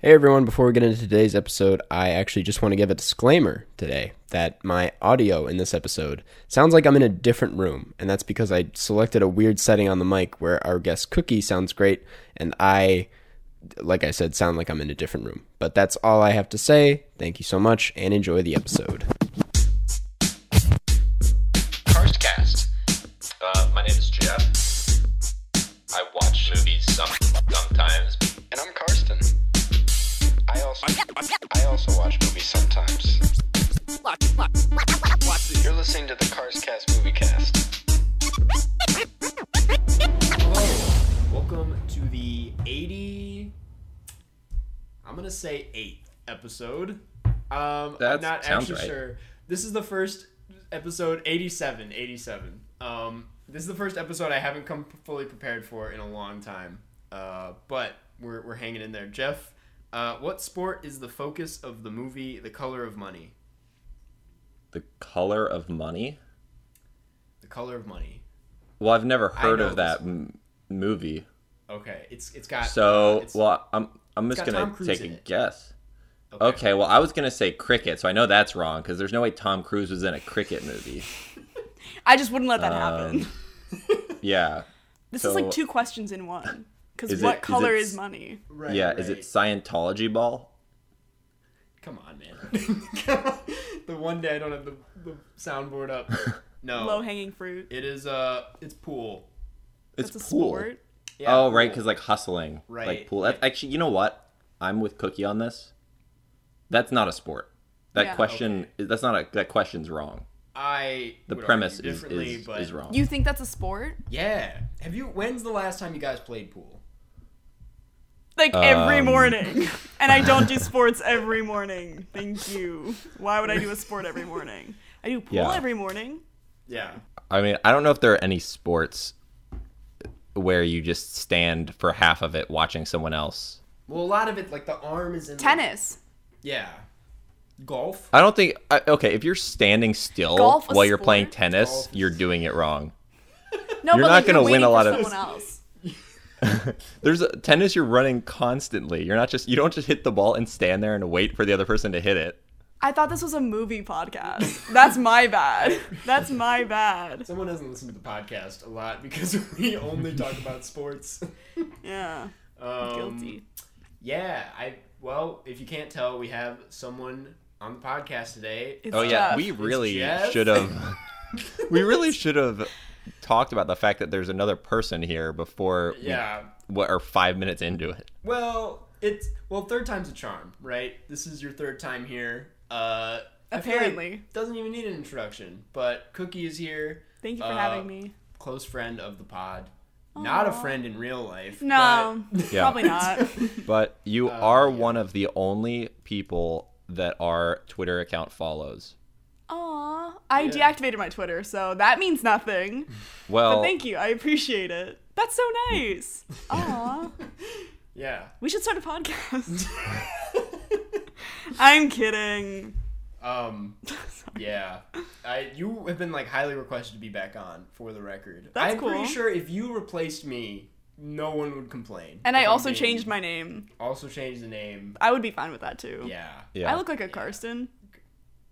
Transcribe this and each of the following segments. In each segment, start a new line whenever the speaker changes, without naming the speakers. Hey everyone, before we get into today's episode, I actually just want to give a disclaimer today that my audio in this episode sounds like I'm in a different room, and that's because I selected a weird setting on the mic where our guest Cookie sounds great, and I, like I said, sound like I'm in a different room. But that's all I have to say. Thank you so much, and enjoy the episode.
Karstcast. Uh, my name is Jeff. I watch movies some, sometimes.
And I'm Karsten. I also I also watch movies sometimes. You're listening to the Cars Cast Movie Cast.
Welcome to the 80. I'm gonna say eighth episode. Um, I'm
That
not
sounds
actually
right.
sure. This is the first episode 87. 87. Um, this is the first episode I haven't come fully prepared for in a long time. Uh, but we're we're hanging in there. Jeff, uh, what sport is the focus of the movie The Color of Money?
The color of money.
The Color of Money.
Well, I've never heard
know
of that m- movie.
Okay, it's it's got uh,
So,
it's-
well, I'm I'm just
got Tom
gonna
Cruise
take a
in it.
guess. Okay. well, I was gonna say cricket, so I know that's wrong because there's no way Tom Cruise was in a cricket movie.
I just wouldn't let that happen.
Yeah,
This
Um, so-
is like two questions in one. Because
Is
what
it- is
color
it
is,
s-
money?
right,
yeah. Is it
right.
Scientology ball?
Come on, man. the one day I don't have the, the soundboard up.
Oh.
No.
Low hanging fruit.
It is uh it's pool.
It's
That's a
pool.
sport.
Yeah,
oh, right,
pool.
because like hustling,
Right.
like pool. That- Actually, you know what? I'm with Cookie on this. That's not a sport. That
Yeah.
question. That's not a. That question's wrong.
I
The
would
premise
argue
is
differently,
is,
but
is wrong.
You think that's a sport?
Yeah. Have you when's the last time you guys played pool?
Like every
Um,
morning. And I don't do sports every morning. Thank you. Why would I do a sport every morning? I do pool
Yeah.
every morning.
Yeah.
I mean, I don't know if there are any sports where you just stand for half of it watching someone else.
Well, a lot of it like the arm is in the-
Tennis.
yeah. Golf.
I don't think I, okay, if you're standing still
Golf a
while you're playing
sport?
tennis,
Golf is-
you're doing it wrong.
No,
You're not
but like,
gonna
you're
win
waiting
a
for
lot of-
someone else.
There's a, tennis you're running constantly. You're not just you don't just hit the ball and stand there and wait for the other person to hit it.
I thought this was a movie podcast. That's my bad. That's my bad.
Someone doesn't listen to the podcast a lot because we only talk about sports.
Yeah.
Um,
Guilty.
Yeah, I well, if you can't tell, we have someone on the podcast today.
It's
Oh yeah,
tough.
we really
Jeff.
should have we really should have talked about the fact that there's another person here before
Yeah.
we, what are 5 minutes into it.
Well, it's well, third time's a charm, right? This is your third time here. Uh I feel like
Apparently.
doesn't even need an introduction, but Cookie is here,
Thank you for
Uh,
having me.
close friend of the pod. Not a friend in real life.
No,
Yeah.
probably not.
But you
Uh,
are one of the only people that our Twitter account follows.
Aw, I deactivated my Twitter, so that means nothing.
Well,
But thank you, I appreciate it. That's so nice. Aw,
but- Yeah.
we should start a podcast. I'm kidding.
Um yeah. I you have been like highly requested to be back on for the record.
That's
I'm pretty
cool.
sure if you replaced me, no one would complain.
And I
If I'm
also
being-
changed my name.
also changed the name.
I would be fine with that too.
Yeah.
yeah.
I look like a Karsten.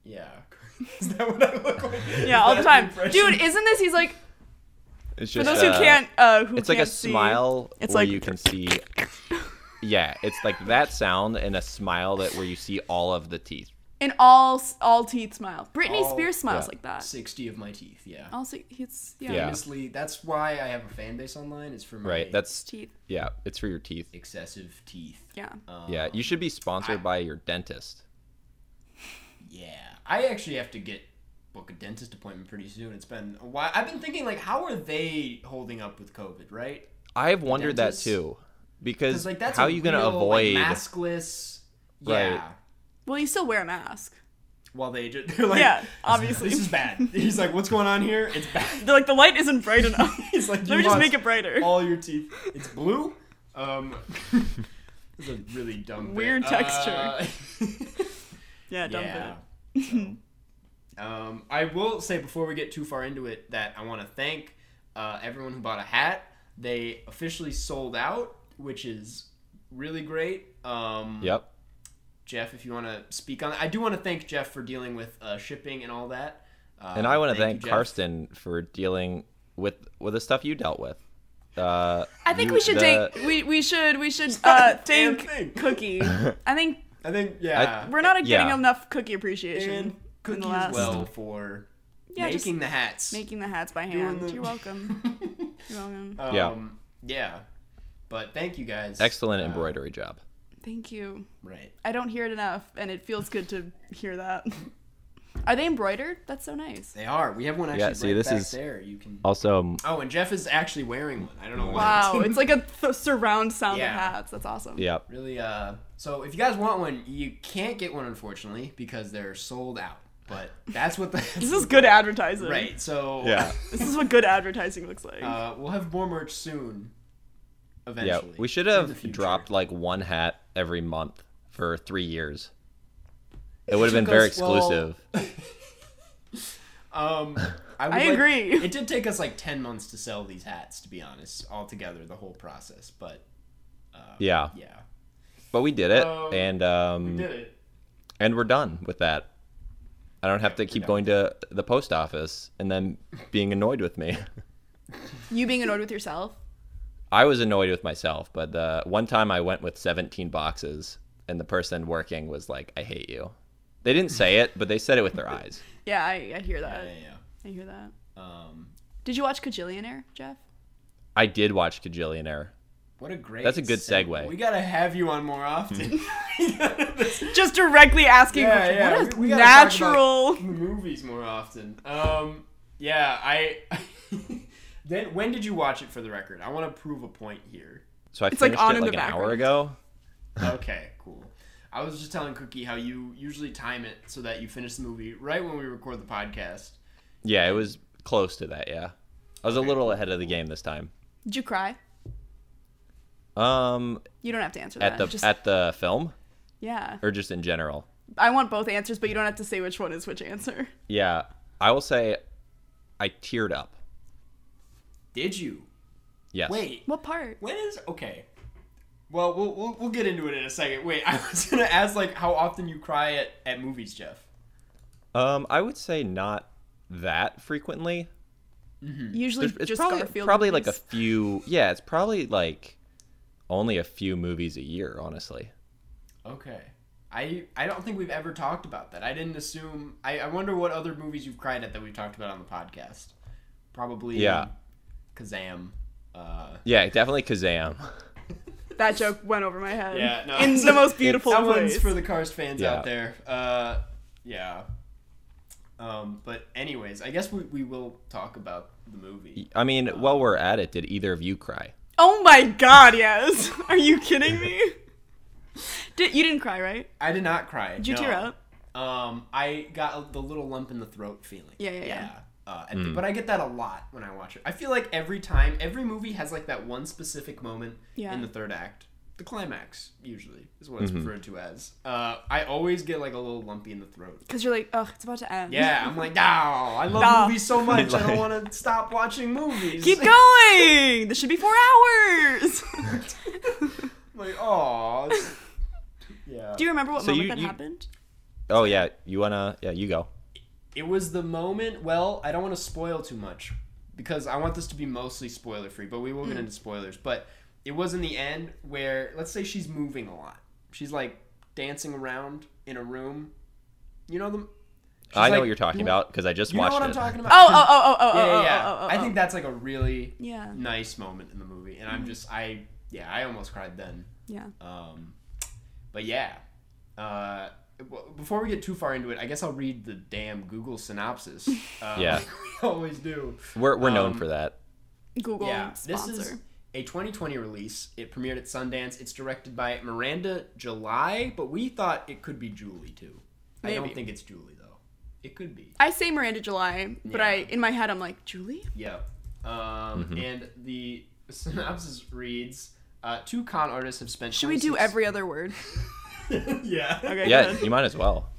Yeah. Is that what I look like?
Yeah, all the
Is
time.
that the impression?
Dude, isn't this? He's like,
it's
for
just,
those who
uh,
can't, uh, who
it's like a
can't see-
smile
It's
where
like-
you can see. Yeah, it's like that sound and a smile that where you see all of the teeth.
An all all teeth smile. Britney
All-
Spears smiles
yeah.
like that.
60 of my teeth, yeah.
Also, he's
Yeah.
yeah,
Honestly, that's why I have a fan base online. It's for my
Right. That's
teeth.
yeah. It's for your teeth.
excessive teeth.
Yeah.
Um,
Yeah. You should be sponsored by your dentist.
yeah. I actually have to get book a dentist appointment pretty soon. It's been a while. I've been thinking like, how are they holding up with COVID? Right?
I've wondered that
dentist?
too, because
Because like that's
how
a
are you gonna
real,
avoid?
like, maskless?
Right.
Yeah.
Well, you still wear a mask.
While they just they're like,
Yeah, obviously.
this is bad. He's like, what's going on here? It's bad.
They're like, the light isn't bright enough.
He's like,
Let
"You
me just
lost
make it brighter.
all your teeth. It's blue. Um, it's a really dumb bit.
Weird texture.
Uh,
yeah, dump
yeah.
it.
So, um, I will say before we get too far into it that I want to thank uh, everyone who bought a hat. They officially sold out, which is really great. Um,
Yep.
Jeff, if you want to speak on that, I do want to thank Jeff for dealing with uh, shipping and all that. Uh,
And I want to
you,
thank
Jeff.
Karsten for dealing with with the stuff you dealt with. Uh,
I think
you-
we should
the-
take we we should we should uh
damn
thank
thing.
Cookie. I think
I think yeah,
we're not getting
Yeah.
enough cookie appreciation.
and
in the
Cookie
last-
as well for
Yeah, just
making the hats.
making the hats by hand.
the-
You're welcome. You're welcome.
Yeah.
Um, yeah. But thank you guys. Uh,
excellent embroidery job.
Thank you.
Right.
I don't hear it enough, and it feels good to hear that. Are they embroidered? That's so nice.
They are. We have one actually
Yeah, see,
right
this
back
is-
there. You can.
Also, um,
Oh, and Jeff is actually wearing one. I don't know why.
Wow, it's like a th- surround sound
Yeah.
of hats. That's awesome.
yeah,
Really. Uh. So if you guys want one, you can't get one unfortunately because they're sold out. But that's what the.
This is good advertising.
right. So.
yeah,
This is what good advertising looks like.
Uh, we'll have more merch soon.
yeah.
Eventually.
We should
In the
have
future.
dropped like one hat every month for three years. It would have been
took
very
us- well- uh,
exclusive.
Um, I, would
I
like-
agree.
It did take us like ten months to sell these hats, to be honest, altogether the whole process. But
yeah.
yeah,
but we did it,
Um,
and um,
it.
and we're done with that. I don't have to keep going to the post office and then being annoyed with me.
you being annoyed with yourself.
I was annoyed with myself, but the one time I went with 17 boxes, and the person working was like, "I hate you." They didn't say it, but they said it with their eyes.
Yeah, I, I hear that.
Yeah, yeah.
I hear that.
Um,
Did you watch Cajillionaire, Jeff?
I did watch Cajillionaire.
what a great.
That's a good segue. Hmm.
We gotta have you on more often.
Just directly asking.
yeah, yeah.
What a
we, we gotta talk
natural.
about movies more often. Um, yeah, I. then when did you watch it? For the record, I want to prove a point here.
So I
It's, like,
finished
on
it
in
like
the
an hour
background.
ago.
Okay, cool. I was just telling Cookie how you usually time it so that you finish the movie right when we record the podcast.
Yeah, it was close to that. Yeah, I was a little ahead of the game this time.
Did you cry?
Um,
You don't have to answer that.
at the
Just-
at the film,
yeah.
or just in general.
I want both answers, but you don't have to say which one is which answer.
Yeah, I will say, I teared up.
Did you?
Yes.
Wait,
What part?
when is okay? Well, we'll we'll, we'll get into it in a second. Wait, I was gonna ask like how often you cry at at movies, Jeff.
Um, I would say not that frequently.
Usually
There's, it's
just
probably
Garfield.
probably like a
movies.
few. Yeah, it's probably like only a few movies a year, honestly.
Okay. I, I don't think we've ever talked about that. I didn't assume. I, I wonder what other movies you've cried at that we've talked about on the podcast. Probably
Yeah.
Kazam. Uh,
Yeah, definitely Kazam.
That joke went over my head.
Yeah, no.
In the most beautiful
that one's
ways.
for the Cars fans
Yeah.
out there. Uh, yeah. Um, but anyways, I guess we, we will talk about the movie.
I mean, while we're at it, did either of you cry?
oh my god, yes. Are you kidding me? Did, you didn't cry, right?
I did not cry.
Did you tear up?
Um, I got the little lump in the throat feeling.
Yeah, yeah, yeah.
Uh, at the- but I get that a lot when I watch it. I feel like every time, every movie has like that one specific moment
Yeah.
in the third act, the climax usually is what it's referred to as. Uh, I always get like a little lumpy in the throat.
Because you're like, ugh, it's about to end.
Yeah, I'm like, no, I love
Nah.
movies so much. I don't
Like-
want to stop watching movies.
Keep going! This should be four hours!
I'm like, oh, yeah.
Do you remember what
So
moment
you-
that
you-
happened?
Oh yeah, you wanna? Yeah, you go.
it was the moment. Well, I don't want to spoil too much because I want this to be mostly spoiler free, but we will
Hmm.
get into spoilers. But it was in the end where, let's say, she's moving a lot. She's like dancing around in a room. You know the.
I know
like-
what you're talking about because I just
You know
watched
what I'm
it.
talking about?
Oh, oh, oh, oh, oh,
yeah,
oh,
yeah, yeah.
oh, oh, oh,
I
oh.
think that's like a really
Yeah. Mm-hmm.
nice moment in the movie, and I'm just I yeah I almost cried then.
Yeah.
Um, but yeah. Uh, w- before we get too far into it, I guess I'll read the damn Google synopsis. Uh,
Yeah.
like we always do.
We're we're known
Um,
for that.
Google
yeah,
sponsor.
this is a 2020 release. It premiered at Sundance. It's directed by Miranda July, but we thought it could be Julie too. I don't
Maybe.
think it's Julie though. It could be.
I say Miranda July, but
Yeah.
I in my head I'm like, Julie?
Yeah. Um, And the synopsis reads: uh, Two con artists have spent.
Should we do
26
every other word?
yeah.
Okay.
Yeah,
good.
you might as well.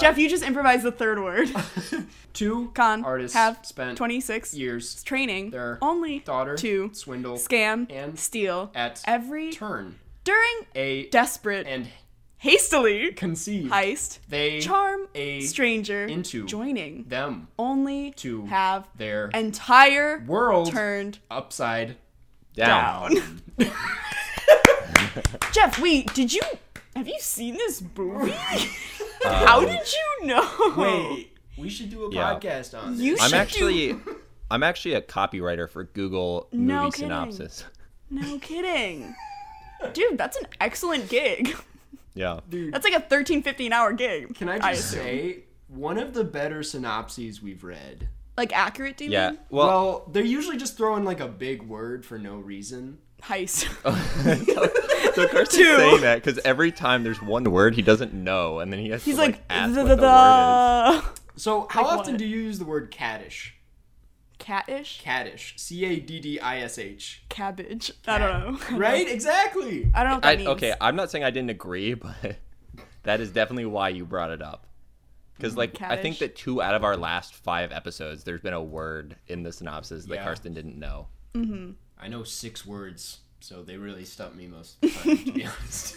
Jeff, you just improvised the third word.
Two
Con
artists
have
spent
26
years
training
Their
only
daughter
to
swindle
scam
and
steal
at
every
turn
During
a
desperate,
and
hastily
conceive
heist,
they
charm
a
stranger
into
joining
them
only
to
have
their
entire
world
turned
upside
Down.
down. Jeff, wait, did you have you seen this movie?
Um,
How did you know?
Wait, we should do a
Yeah.
podcast on this.
You should
I'm
do-
actually I'm actually a copywriter for Google movie
No kidding.
synopsis.
No kidding. Dude, that's an excellent gig.
Yeah.
That's like a thirteen fifty an hour gig.
Can I just
assume.
say one of the better synopses we've read?
like accurate? Do you
Yeah.
mean?
Well,
Well, they're usually just throwing like a big word for no reason.
heist?
Oh, so Carson's
Two.
saying that because every time there's one word he doesn't know, and then he has
He's
to like,
like
ask
the
what the,
the
word
the
So, how
Like
often
what?
do you use the word caddish?
catish
Caddish. C A D D I S H.
cabbage. I don't know.
Right? Exactly.
I don't know what that
is.
means.
I, okay, I'm not saying I didn't agree, but that is definitely why you brought it up. Because like I think
Cabbage.
that two out of our last five episodes, there's been a word in the synopsis that
Yeah.
Karsten didn't know.
I know six words, so they really stump me most of the time, to be honest.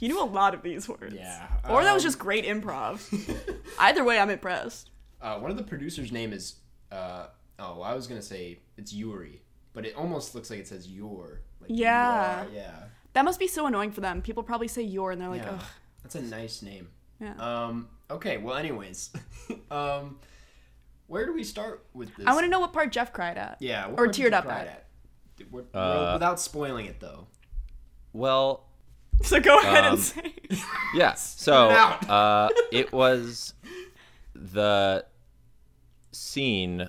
You knew a lot of these words.
Yeah.
Or that was
um,
just great improv. Either way, I'm impressed.
Uh, one of the producers' name is. Uh, oh, I was gonna say it's Yuri, but it almost looks like it says your. Like you
Yeah.
are, yeah.
That must be so annoying for them. People probably say your and they're like,
Yeah.
ugh.
That's a nice name.
Yeah.
Um. Okay. Well. Anyways. um. Where do we start with this?
I want to know what part Jeff cried at.
Yeah.
or
part did
teared
you
up
cry
at.
Did- what-
Uh,
without spoiling it though.
Well,
So go ahead
Um,
and say.
Yeah. So
it out.
uh, it was the scene.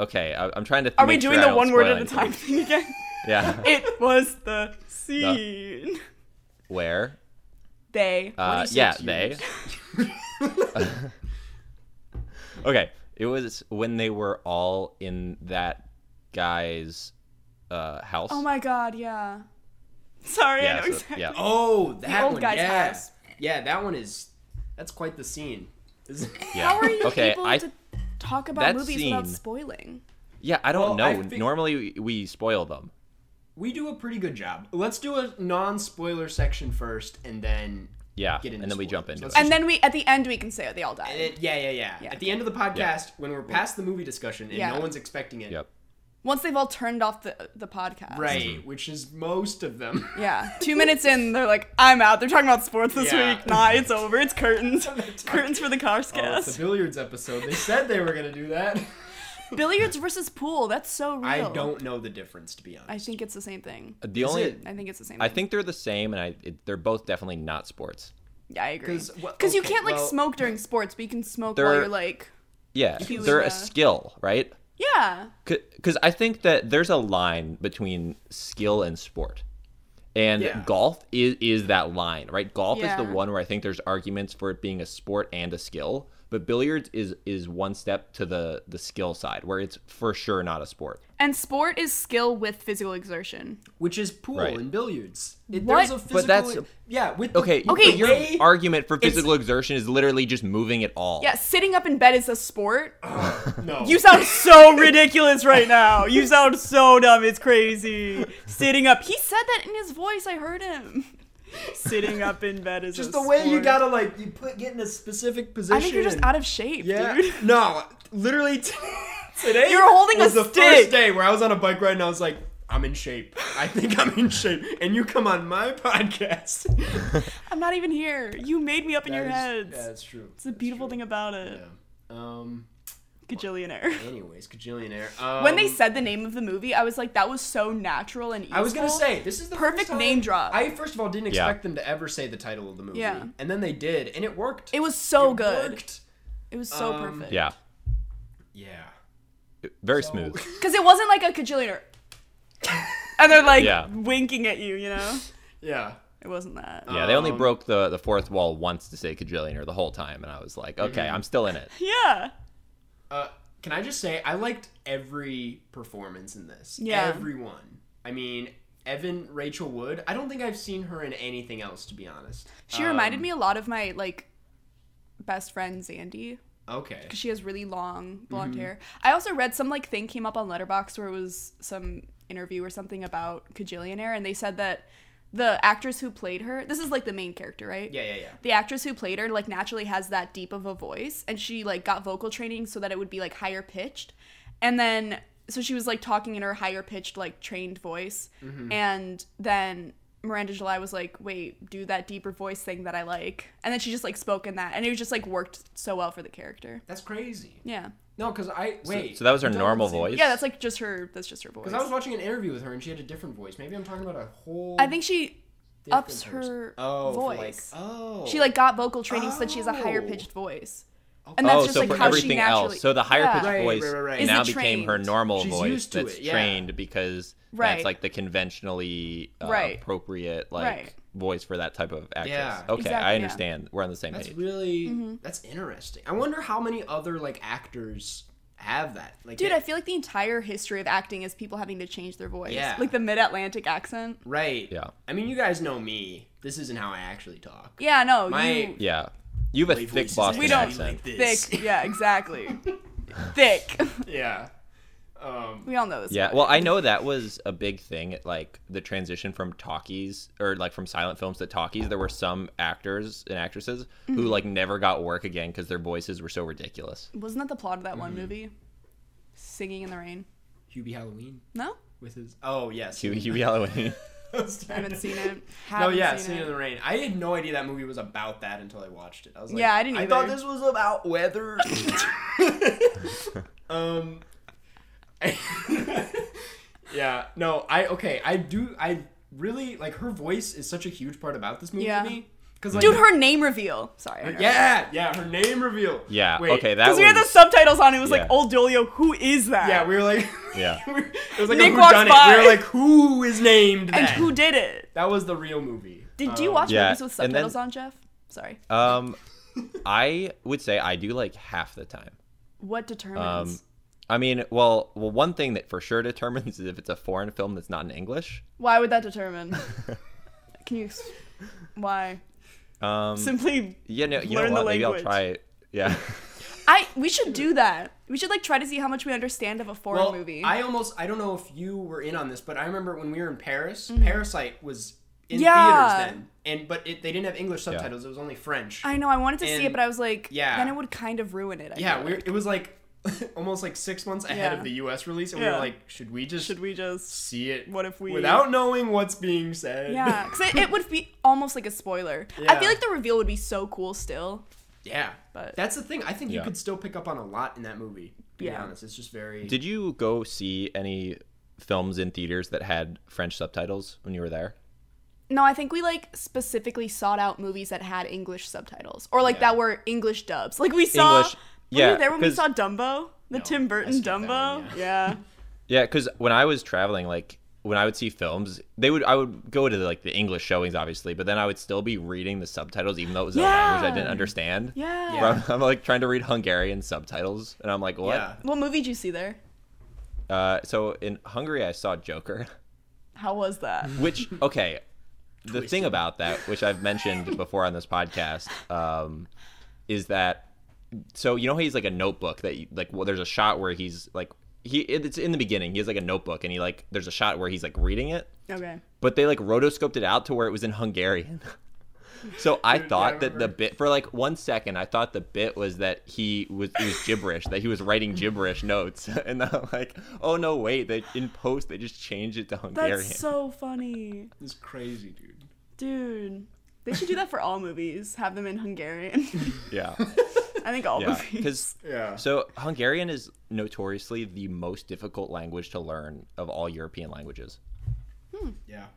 Okay, I, I'm trying to.
Are we
make sure
doing
I
the
don't
one word
spoil
at a time thing again?
anything. Yeah.
it was the scene.
Where?
They.
Uh,
26
yeah,
years.
they. okay, it was when they were all in that guy's uh, house.
oh my god, yeah. Sorry, I
Yeah,
know
so-
exactly.
yeah.
Oh, that
old
one.
guy's
yeah.
house.
Yeah. That one is. That's quite the scene. Is-
yeah.
How are you
okay,
able
I
to talk about
that
movies without
scene-
spoiling?
yeah, I don't
Well, I
know.
think-
Normally we, we spoil them.
we do a pretty good job. Let's do a non-spoiler section first, and then
Yeah,
Get into
and then we
spoilers.
jump into
Let's
it.
And then we, at the end, we can say they all died.
And it- eh, yeah, yeah, yeah, At the end of the podcast, when we're past the movie discussion and
Yeah.
no one's expecting it,
Yep. Mm-hmm.
Once they've all turned off the the podcast.
right? Which is most of them.
Yeah. Two minutes in, they're like, I'm out. They're talking about sports this
Yeah.
week. Nah, it's over. It's curtains. curtains for the cars
Oh, it's
cast.
the billiards episode. They said they were gonna do that.
Billiards versus pool. That's so real.
I don't know the difference, to be honest.
I think it's the same thing.
The only
it-
I think it's the same
I
thing.
think they're the same, and I it, they're both definitely not sports.
Yeah, I agree.
'Cause
Because
what-
you
okay,
can't, like,
well-
smoke during sports, but you can smoke while
They're-
you're, like,
Yeah,
Huge,
they're
uh,
yeah.
a skill, right?
yeah.
because I think that there's a line between skill and sport, and
Yeah.
golf is is that line, right? Golf is
Yeah.
the one where I think there's arguments for it being a sport and a skill, but billiards is is one step to the the skill side where it's for sure not a sport.
And sport is skill with physical exertion.
Which is pool
Right.
and billiards. It,
What?
There's a physical.
But that's-
yeah. With the-
Okay,
the
Okay,
but your
way-
argument for physical exertion is literally just moving at all.
Yeah, sitting up in bed is a sport.
Oh. no.
You sound so ridiculous right now. You sound so dumb. It's crazy. Sitting up. He said that in his voice. I heard him. Sitting up in bed is
just
a
the way you
sport.
gotta like you put get in a specific position.
I think you're just
and-
out of shape,
Yeah.
dude.
No, literally t- today.
You're holding a
was the
stick.
first day where I was on a bike ride and I was like, I'm in shape. I think I'm in shape. And you come on my podcast.
I'm not even here. You made me up in your heads.
That's true.
it's the beautiful thing about it.
Um.
Gajillionaire.
Anyways, Cajillionaire. Um,
When they said the name of the movie, I was like, that was so natural and easeful.
I was gonna say this is the
Perfect
first time-
name drop.
I first of all didn't
Yeah.
expect them to ever say the title of the movie,
Yeah.
and then they did, and it worked.
It was so
It
good.
worked.
It was so
Um,
perfect.
yeah,
Yeah.
very smooth.
Because it wasn't like a cajillionaire. and they're like
Yeah.
winking at you, you know?
Yeah.
It wasn't that.
Yeah, they only
Um,
broke the, the fourth wall once to say cajillionaire the whole time, and I was like, okay,
Mm-hmm.
I'm still in it.
yeah.
Uh, can I just say I liked every performance in this.
Yeah.
Everyone. I mean, Evan Rachel Wood. I don't think I've seen her in anything else to be honest.
She reminded me a lot of my like best friend Zandy.
Okay.
She has really long blonde
Mm-hmm.
hair. I also read some like thing came up on Letterbox where it was some interview or something about Cajillionaire, and they said that the actress who played her, this is like the main character, right?
Yeah, yeah, yeah.
The actress who played her like naturally has that deep of a voice and she like got vocal training so that it would be like higher pitched. And then so she was like talking in her higher pitched like trained voice
Mm-hmm.
and then Miranda July was like, "Wait, do that deeper voice thing that I like." And then she just like spoke in that and it was just like worked so well for the character.
That's crazy.
Yeah.
No, because I wait.
So that was her
don't
normal
say-
voice.
Yeah, that's like just her that's just her voice.
Because I was watching an interview with her and she had a different voice. Maybe I'm talking about a whole.
I think she
different
ups
person.
her
oh, for, like-
voice.
oh,
She like got vocal training so that she has a higher
Oh.
pitched voice.
Okay.
And that's
oh,
just
so
like
for
how she
everything
naturally
else, so the higher pitched
Yeah.
Right,
voice
right, right.
Is
now
it
became her
trained?
normal
She's
voice
used to
that's
it, yeah.
trained because
Right.
that's like the conventionally uh,
Right.
appropriate like
Right.
voice for that type of actress.
Yeah.
Okay,
Exactly, yeah.
I understand. We're on the same
That's
page.
really
Mm-hmm.
that's interesting. I wonder how many other like actors have that. Like,
Dude,
they-
I feel like the entire history of acting is people having to change their voice.
Yeah.
Like the mid Atlantic accent.
right?
Yeah.
I mean, you guys know me. This isn't how I actually talk.
Yeah, no,
My-
you
Yeah, you have a
My voice
thick
is
Boston
We don't-
accent.
thick. Yeah, exactly. thick.
Yeah. Um,
We all know this.
Yeah, well, I know that was a big thing. At, like the transition from talkies or like from silent films to talkies, there were some actors and actresses
Mm-hmm.
who like never got work again because their voices were so ridiculous.
Wasn't that the plot of that
Mm-hmm.
one movie? Singing in the Rain.
Hubie Halloween
No?
with his oh yes.
Huey Huey Halloween.
I haven't seen it.
No,
Haven't
yeah,
seen
Singing in the Rain. I had no idea that movie was about that until I watched it. I was like,
Yeah, I didn't
I thought
either.
this was about weather. um, yeah, no, I okay, I do, I really like her voice is such a huge part about this movie
Yeah.
to me.
Mm.
Cause like,
Dude, her name reveal. Sorry. I interrupted.
Uh, yeah, yeah, her name reveal.
Yeah.
Wait,
okay. That
Because
was.
we had the subtitles on, it was
Yeah.
like, "Old Dolio, who is that?"
Yeah, we were like,
Yeah.
we were- it was like
Nick
a
walks
whodunit.
by.
We were like, who is named that?
and who did it?
that was the real movie.
Did do you watch
yeah,
movies with
and then-
subtitles on, Jeff? Sorry.
um, I would say I do like half the time.
What determines?
Um, I mean, well, well, one thing that for sure determines is if it's a foreign film that's not in English.
Why would that determine? Can you? ex- Why?
Mm.
Um,
Simply,
yeah, no, you
learn
know
the
what? Maybe I'll
language.
try. it. Yeah.
I. We should do that. We should like try to see how much we understand of a foreign
well,
movie.
I almost I don't know if you were in on this, but I remember when we were in Paris, Parasite was in
Mm-hmm. Yeah.
theaters then, and but it, they didn't have English subtitles; it was only French.
I know. I wanted to see it,
And-
but I was like,
yeah.
Then it would kind of ruin it. I
yeah,
feel
we
like.
are it was like almost like six months ahead
Yeah.
of the U.S. release, and we
Yeah.
were like, should we just
Should we just?
see it?
What if we-
without knowing what's being said?
Yeah, because it, it would be almost like a spoiler. I
Yeah.
feel like the reveal would be so cool still.
yeah.
But-
That's the thing. I think you
Yeah.
could still pick up on a lot in that movie. To be
Yeah.
honest, it's just very.
Did you go see any films in theaters that had French subtitles when you were there?
No, I think we like specifically sought out movies that had English subtitles or like
Yeah.
that were English dubs. Like we saw.
English-
Were you
yeah,
there when we
'cause-
saw Dumbo? The
No,
Tim
I
Burton
skipped that one,
Dumbo?
yeah.
yeah.
Yeah, because when I was traveling, like when I would see films, they would I would go to like the English showings, obviously, but then I would still be reading the subtitles, even though it was a language
Yeah.
I didn't understand.
Yeah.
Yeah.
I'm, I'm, like trying to read Hungarian subtitles, and I'm like, what?
Yeah.
What movie did you see there?
Uh, so in Hungary, I saw Joker,
How was that?
which okay, the thing about that, which I've mentioned before on this podcast, um, is that so you know how he's like a notebook that you, like well, there's a shot where he's like he it's in the beginning he has like a notebook and he like there's a shot where he's like reading it
Okay.
but they like rotoscoped it out to where it was in Hungarian. So I thought
I
that the
remember.
bit for like one second, I thought the bit was that he was it was gibberish, that he was writing gibberish notes, and I'm like, oh no, wait, they in post they just changed it to
That's
Hungarian.
so funny.
This is crazy, dude.
Dude. They should do that for all movies. Have them in Hungarian.
yeah,
I think all
yeah,
movies.
because
Yeah.
so Hungarian is notoriously the most difficult language to learn of all European languages.
Yeah.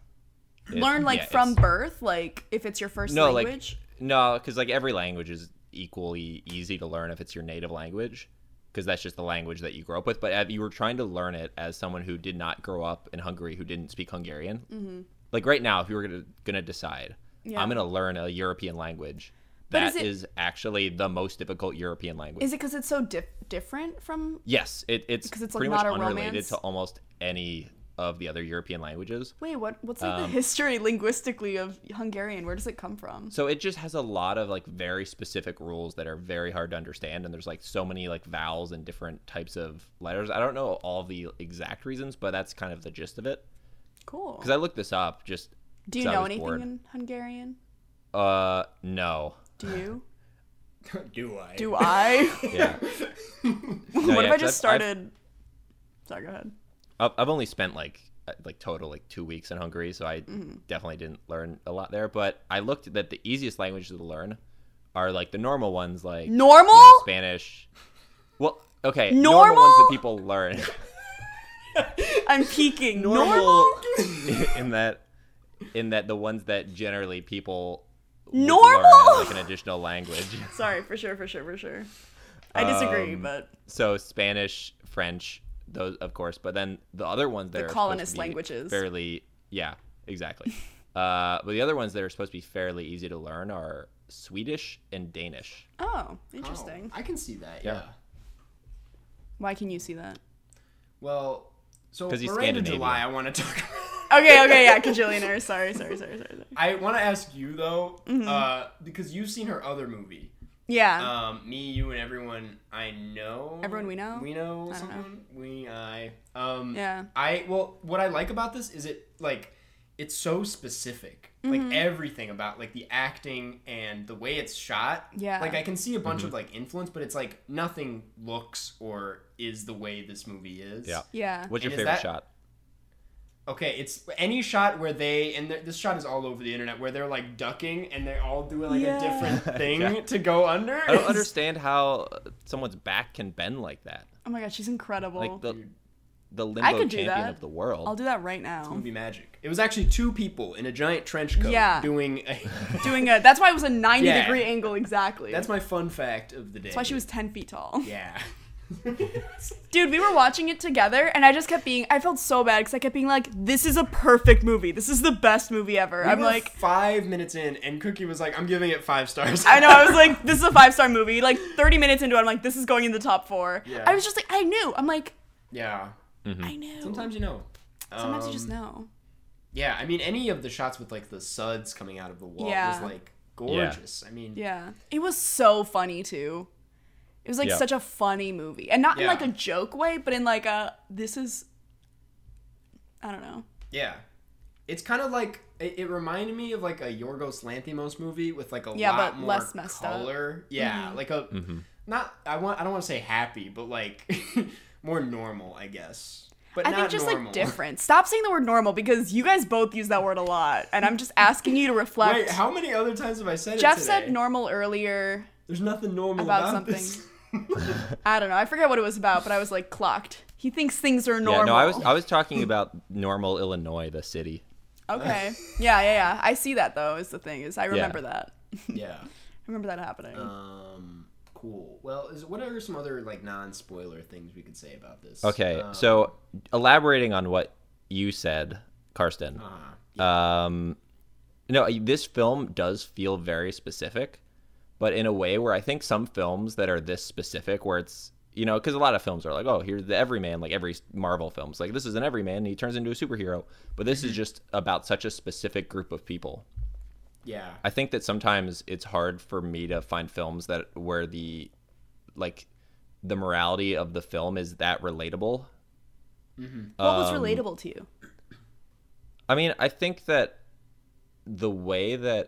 It-
Learn like
yeah,
from
it's-
birth, like if it's your first
no,
language.
like no, because like every language is equally easy to learn if it's your native language, because that's just the language that you grow up with. But if you were trying to learn it as someone who did not grow up in Hungary, who didn't speak Hungarian, like right now, if you were gonna gonna decide,
Mm-hmm. Yeah.
I'm gonna learn a European language.
But
that
is
is
it-
actually the most difficult European language.
Is it because it's so diff- different from?
yes, it, it's
'Cause it's, like,
pretty
not
much
a
unrelated
romance?
to almost any of the other European languages.
Wait, what? What's like the
Um,
history linguistically of Hungarian? Where does it come from?
So it just has a lot of like very specific rules that are very hard to understand, and there's like so many like vowels and different types of letters. I don't know all the exact reasons, but that's kind of the gist of it.
Cool.
Because I looked this up just
Do you
So I
know
was
anything
bored.
in Hungarian?
Uh, no.
Do you?
Do I?
Do I?
Yeah. No,
what
yeah,
if I
'cause
just
I've- I've-
started? Sorry, go ahead.
I've, I've only spent like uh, like total like two weeks in Hungary, so I
Mm-hmm.
definitely didn't learn a lot there. But I looked that the easiest languages to learn are like the normal ones, like you know,
Normal?
Spanish. Well, okay, normal ones that
Normal?
people learn.
I'm peeking. Normal.
in that in that the ones that generally people would learn
Normal?
as like an additional language.
Sorry, for sure, for sure, for sure. I disagree,
Um,
but
So Spanish, French, those of course, but then the other ones that
The
are supposed to
colonist
be
languages.
fairly yeah, exactly. uh, but the other ones that are supposed to be fairly easy to learn are Swedish and Danish.
oh, interesting.
Oh, I can see that. Yeah.
Yeah.
Why can you see that?
Well, so
'Cause he's
Miranda
Scandinavian.
July, I want to talk. about
Okay, okay, yeah, cajillionaire. Sorry, sorry, sorry, sorry. sorry.
I want to ask you though,
Mm-hmm.
uh, because you've seen her other movie.
Yeah.
Um, me, you, and everyone I know.
Everyone we know?
We know
I don't know.
someone. We I. Um,
Yeah.
I well, what I like about this is it like it's so specific.
Mm-hmm.
Like everything about like the acting and the way it's shot.
Yeah.
Like I can see a
Mm-hmm.
bunch of like influence, but it's like nothing looks or is the way this movie is.
Yeah.
yeah.
What's your
And is
favorite
that-
shot?
Okay, it's any shot where they and th- this shot is all over the internet where they're like ducking and they're all doing like
Yeah.
a different thing
Yeah.
to go under.
I don't understand how someone's back can bend like that.
Oh my god, she's incredible.
Like the the
I
limbo
could do
champion
that.
of the world.
I'll do that right now.
movie magic. It was actually two people in a giant trench coat
Yeah.
doing a
Doing a. That's why it was a 90
Yeah.
degree angle exactly.
That's my fun fact of the day.
That's why she was 10 feet tall.
Yeah.
Dude, we were watching it together, and I just kept being. I felt so bad because I kept being like, this is a perfect movie. This is the best movie ever.
We
I'm
were
like.
five minutes in, and Cookie was like, "I'm giving it five stars."
I know. I was like, this is a five star movie. Like 30 minutes into it, I'm like, this is going in the top four.
Yeah.
I was just like, I knew. I'm like,
yeah.
Mm-hmm.
I knew.
Sometimes you know.
Sometimes you just
Um,
know.
Yeah, I mean, any of the shots with like the suds coming out of the wall
Yeah.
was like gorgeous. I mean,
Yeah. It was so funny too. It was like
Yeah.
such a funny movie. And not in
Yeah.
like a joke way, but in like a this is I don't know.
Yeah. It's kind of like it, it reminded me of like a Yorgos Lanthimos movie with like a
Yeah,
lot
but
more
less messed up. Mm-hmm.
color. Yeah, like a
Mm-hmm.
not I want I don't want to say happy, but like more normal, I guess. But
I
not
think just
normal.
like different. Stop saying the word normal because you guys both use that word a lot. And I'm just asking you to reflect.
Wait, how many other times have I said
Jeff
it today?
said normal earlier.
There's nothing normal
about
about,
something.
this.
I don't know. I forget what it was about, but I was like clocked. He thinks things are normal.
Yeah, no, I was I was talking about normal Illinois, the city.
Okay. yeah, yeah, yeah. I see that though. Is the thing is I remember that. I
yeah.
remember that happening.
Uh,
Um cool. Well, is what are some other like non-spoiler things we could say about this?
Okay,
Um,
so elaborating on what you said, Karsten.
uh,
Um, no, this film does feel very specific, but in a way where I think some films that are this specific, where it's you know, because a lot of films are like, oh, here's the everyman, like every Marvel films, like this is an everyman, and he turns into a superhero. But this is just about such a specific group of people.
yeah.
I think that sometimes it's hard for me to find films that where the like the morality of the film is that relatable.
what was
um,
relatable to you?
I mean, I think that the way that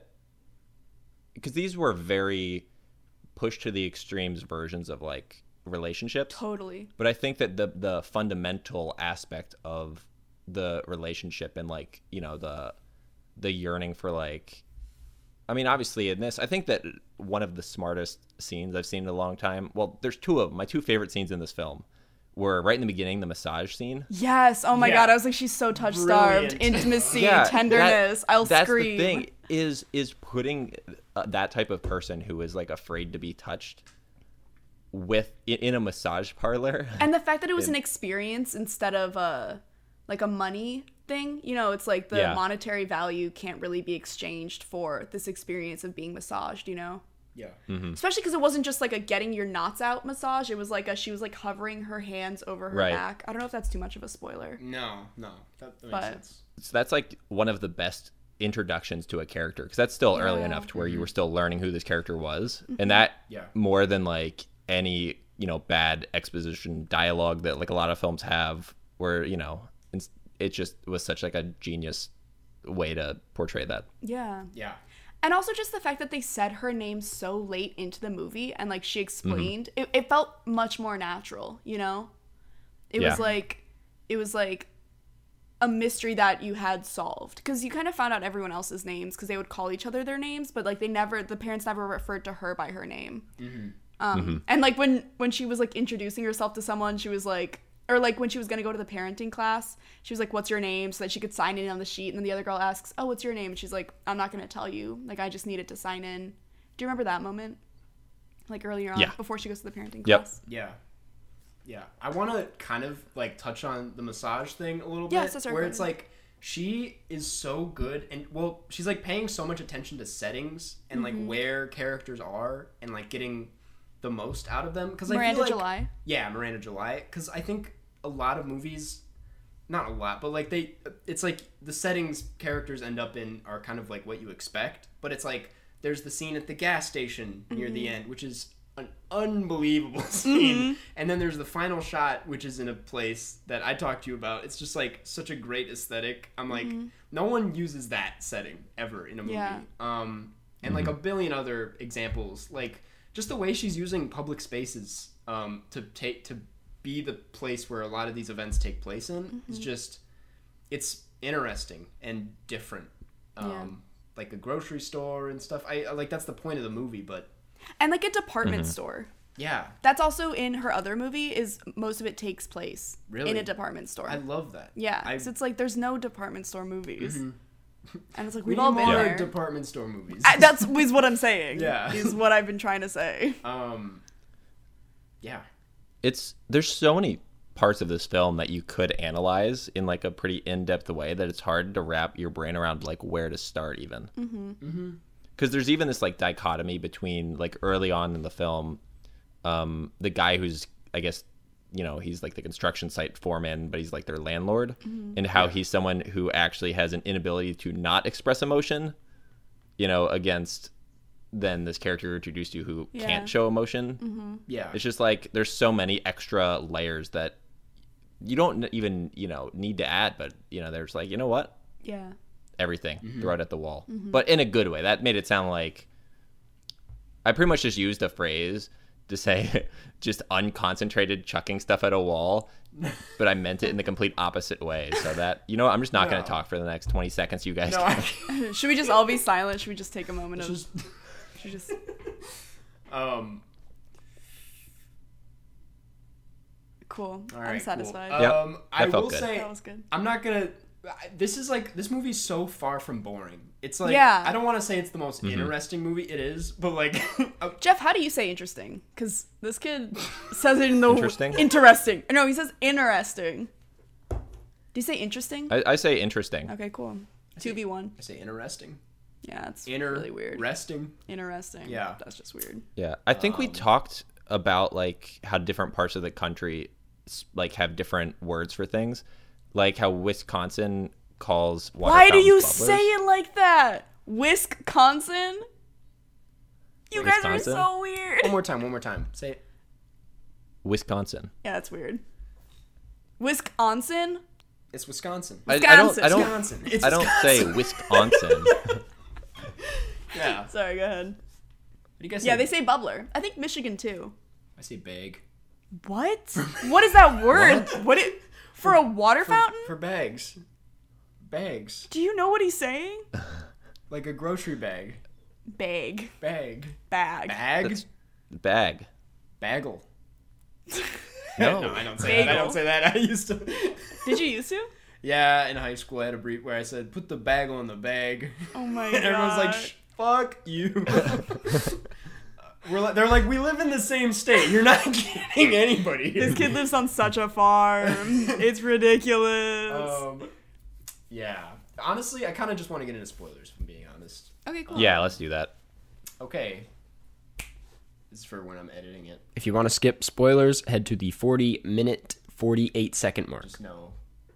because these were very pushed to the extremes versions of like relationships,
Totally.
but I think that the the fundamental aspect of the relationship and like you know the the yearning for like I mean obviously in this I think that one of the smartest scenes I've seen in a long time well there's two of them my two favorite scenes in this film were right in the beginning the massage scene
Yes. Oh my
Yeah.
god. I was like, she's so touch starved.
Brilliant.
Intimacy,
Yeah, that-
tenderness. I'll
that's
scream.
the thing is is putting uh, that type of person who is like afraid to be touched with in, in a massage parlor
And the fact that it was an experience instead of a like a money thing. You know, it's like the
Yeah.
monetary value can't really be exchanged for this experience of being massaged. You know.
Yeah.
Especially because it wasn't just like a getting your knots out massage. It was like a she was like hovering her hands over her
Right.
back. I don't know if that's too much of a spoiler.
No, no. That, that makes
But-
sense.
so that's like one of the best introductions to a character because that's still early
Yeah.
enough to where you were still learning who this character was and that
Yeah.
more than like any you know bad exposition dialogue that like a lot of films have where you know it's- it just was such like a genius way to portray that.
Yeah.
Yeah.
And also just the fact that they said her name so late into the movie and like she explained, it, it felt much more natural, you know? It was
Yeah.
like it was like a mystery that you had solved cuz you kind of found out everyone else's names cuz they would call each other their names, but like they never the parents never referred to her by her name. Um,
Mm-hmm.
and like when when she was like introducing herself to someone, she was like or like when she was gonna go to the parenting class, she was like, "What's your name?" so that she could sign in on the sheet. And then the other girl asks, "Oh, what's your name?" And she's like, "I'm not gonna tell you. Like, I just needed to sign in." Do you remember that moment? Like earlier on,
Yeah.
before she goes to the parenting
Yep.
class.
Yeah. Yeah. I want to kind of like touch on the massage thing a little
Yeah,
bit
so sorry,
where
go
it's
ahead.
like she is so good and well, she's like paying so much attention to settings and
Mm-hmm.
like where characters are and like getting the most out of them cuz I
Miranda
feel like,
July.
Yeah, Miranda July cuz I think a lot of movies not a lot, but like they it's like the settings characters end up in are kind of like what you expect, but it's like there's the scene at the gas station near the end, which is an unbelievable scene. And then there's the final shot, which is in a place that I talked to you about. It's just like such a great aesthetic. I'm like, no one uses that setting ever in a movie.
Yeah.
Um, and like a billion other examples, like just the way she's using public spaces um, to take to be the place where a lot of these events take place in is
Mm-hmm.
just it's interesting and different. Um,
Yeah.
Like a grocery store and stuff. I I- like that's the point of the movie, but
And like a department
Mm-hmm.
store.
yeah,
That's also in her other movie. Is most of it takes place in
Really?
a department store.
I love that.
yeah,
I, Mm-hmm.
so it's like there's no department store movies, and it's like
we
we've
need
all been
more
there.
department store movies.
I- That's is what I'm saying.
Yeah.
is what I've been trying to say.
um, yeah,
It's there's so many parts of this film that you could analyze in like a pretty in-depth way that it's hard to wrap your brain around like where to start even. Mm-hmm. Mm-hmm. Because there's even this like dichotomy between like early on in the film, um, the guy who's I guess you know he's like the construction site foreman, but he's like their landlord, and how he's someone who actually has an inability to not express emotion, you know, against then this character you're introduced to who
Yeah.
can't show emotion.
yeah.
It's just like there's so many extra layers that you don't even you know need to add, but you know there's like you know what
Yeah.
everything
Mm-hmm.
throw it at the wall, but in a good way. That made it sound like I pretty much just used a phrase to say just unconcentrated chucking stuff at a wall, but I meant it in the complete opposite way. So that you know what, I'm just not gonna
No.
talk for the next 20 seconds. You guys,
No, I,
Should we just all be silent? Should we just take a moment of
just
should we just
um.
cool.
All right,
I'm
cool.
satisfied.
Yep,
Um, I
that felt
will
good.
say
that was good.
I'm not gonna. I- This is like this movie's so far from boring. It's like
Yeah.
I don't want to say it's the most
Mm-hmm.
interesting movie. It is, but like oh,
Jeff, how do you say interesting? Because this kid says it in the
Interesting?
Interesting. No, he says interesting. Do you say interesting?
I, I say interesting.
okay, cool. Two v one.
I say interesting,
Yeah, it's
inter
really weird.
resting.
interesting.
Yeah.
that's just weird.
Yeah, I think we talked about like how different parts of the country s- like have different words for things, like how Wisconsin calls water
Why do
fountains
you
bubblers.
say it like that, Wisconsin? You guys are
Wisconsin?
so weird.
One more time, one more time. Say it.
Wisconsin?
Yeah, that's weird. Wisconsin.
It's Wisconsin.
I, I don't.
Wisconsin.
I don't.
Wisconsin. It's
I don't say Wisconsin.
Yeah. What
Sorry, go ahead.
do you guys
Yeah,
say?
they say bubbler. I think Michigan too.
I say bag.
What? what is that word? What it for a water
For,
fountain?
for bags. Bags.
Do you know what he's saying?
Like a grocery bag.
Bag.
Bag.
Bag.
Bag.
That's- Bag.
Bagel.
No.
I don't say that. I don't
Bagel.
say that. I used to.
Did you used to?
Yeah, in high school, I had a brief where I said, "Put the bagel in the bag."
Oh my god.
and everyone's like, Shh, "Fuck you." We're like, they're like, "We live in the same state. You're not kidding anybody."
this kid lives on such a farm. It's ridiculous.
Um, yeah. Honestly, I kind of just want to get into spoilers. If I'm being honest.
okay, cool.
Yeah, let's do that.
Okay. This is for when I'm editing it.
If you want to skip spoilers, head to the 40 minute, 48 second mark.
Just no.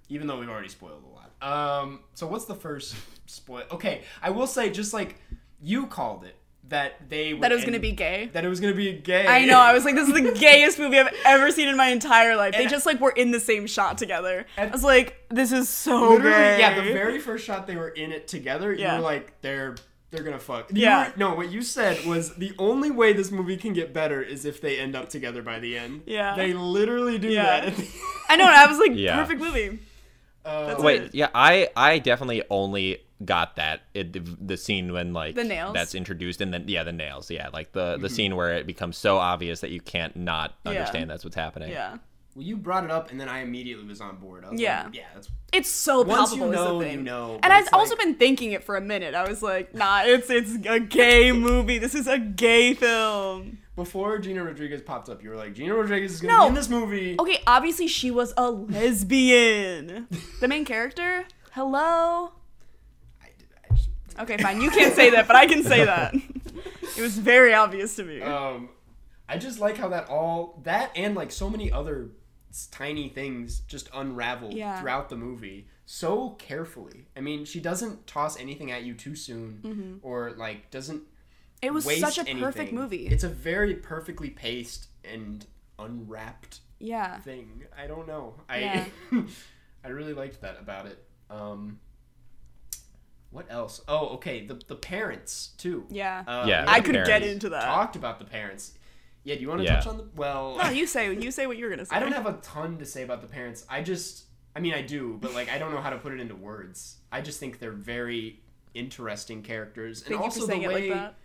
Even though we've already spoiled a lot. Um. So what's the first spoil? Okay, I will say just like you called it. that they would
that it was
end-
gonna be gay.
that it was gonna be gay.
I know. I was like, this is the gayest movie I've ever seen in my entire life. They just like were in the same shot together. I was like, this is so
Literally,
gay.
yeah. The very first shot they were in it together,
Yeah.
you were like, they're they're gonna fuck. You
Yeah.
were- no, what you said was the only way this movie can get better is if they end up together by the end.
Yeah.
They literally do
Yeah.
that. at the-
I know. And I was like,
Yeah.
perfect movie.
Uh,
That's
Wait,
it.
yeah, I I definitely only got that it, the, the scene when like
The nails?
that's introduced and then yeah the nails yeah like the the scene where it becomes so obvious that you can't not understand that's what's happening.
Yeah.
Well, you brought it up, and then I immediately was on board. I was
Yeah.
Like, yeah. That's
It's so
Once you
palpable. is the
know,
thing.
you know, but
And I've
it's
also
like-
been thinking it for a minute. I was like, nah, it's it's a gay movie. This is a gay film.
before Gina Rodriguez popped up. You were like, Gina Rodriguez is gonna
No.
be in this movie.
Okay, obviously she was a lesbian. the main character. Hello.
I did- I just-
Okay, fine. You can't say that, but I can say that. it was very obvious to me.
Um, I just like how that all that and like so many other s- tiny things just unravel
Yeah.
throughout the movie so carefully. I mean, she doesn't toss anything at you too soon, or like doesn't.
Mm-hmm. it was
waste
such a
anything.
perfect movie.
It's a very perfectly paced and unwrapped
yeah.
thing. I don't know. I
Yeah.
I really liked that about it. Um, what else? Oh, okay. The the parents too.
Yeah.
Uh,
Yeah,
we
I
the
could get
parents.
into that.
talked about the parents. Yeah, do you want to
Yeah.
touch on the well?
No, you say you say what you're gonna say.
I don't have a ton to say about the parents. I just I mean I do, but like I don't know how to put it into words. I just think they're very interesting characters. And
Thank you
also
for saying
the
it
way
like that.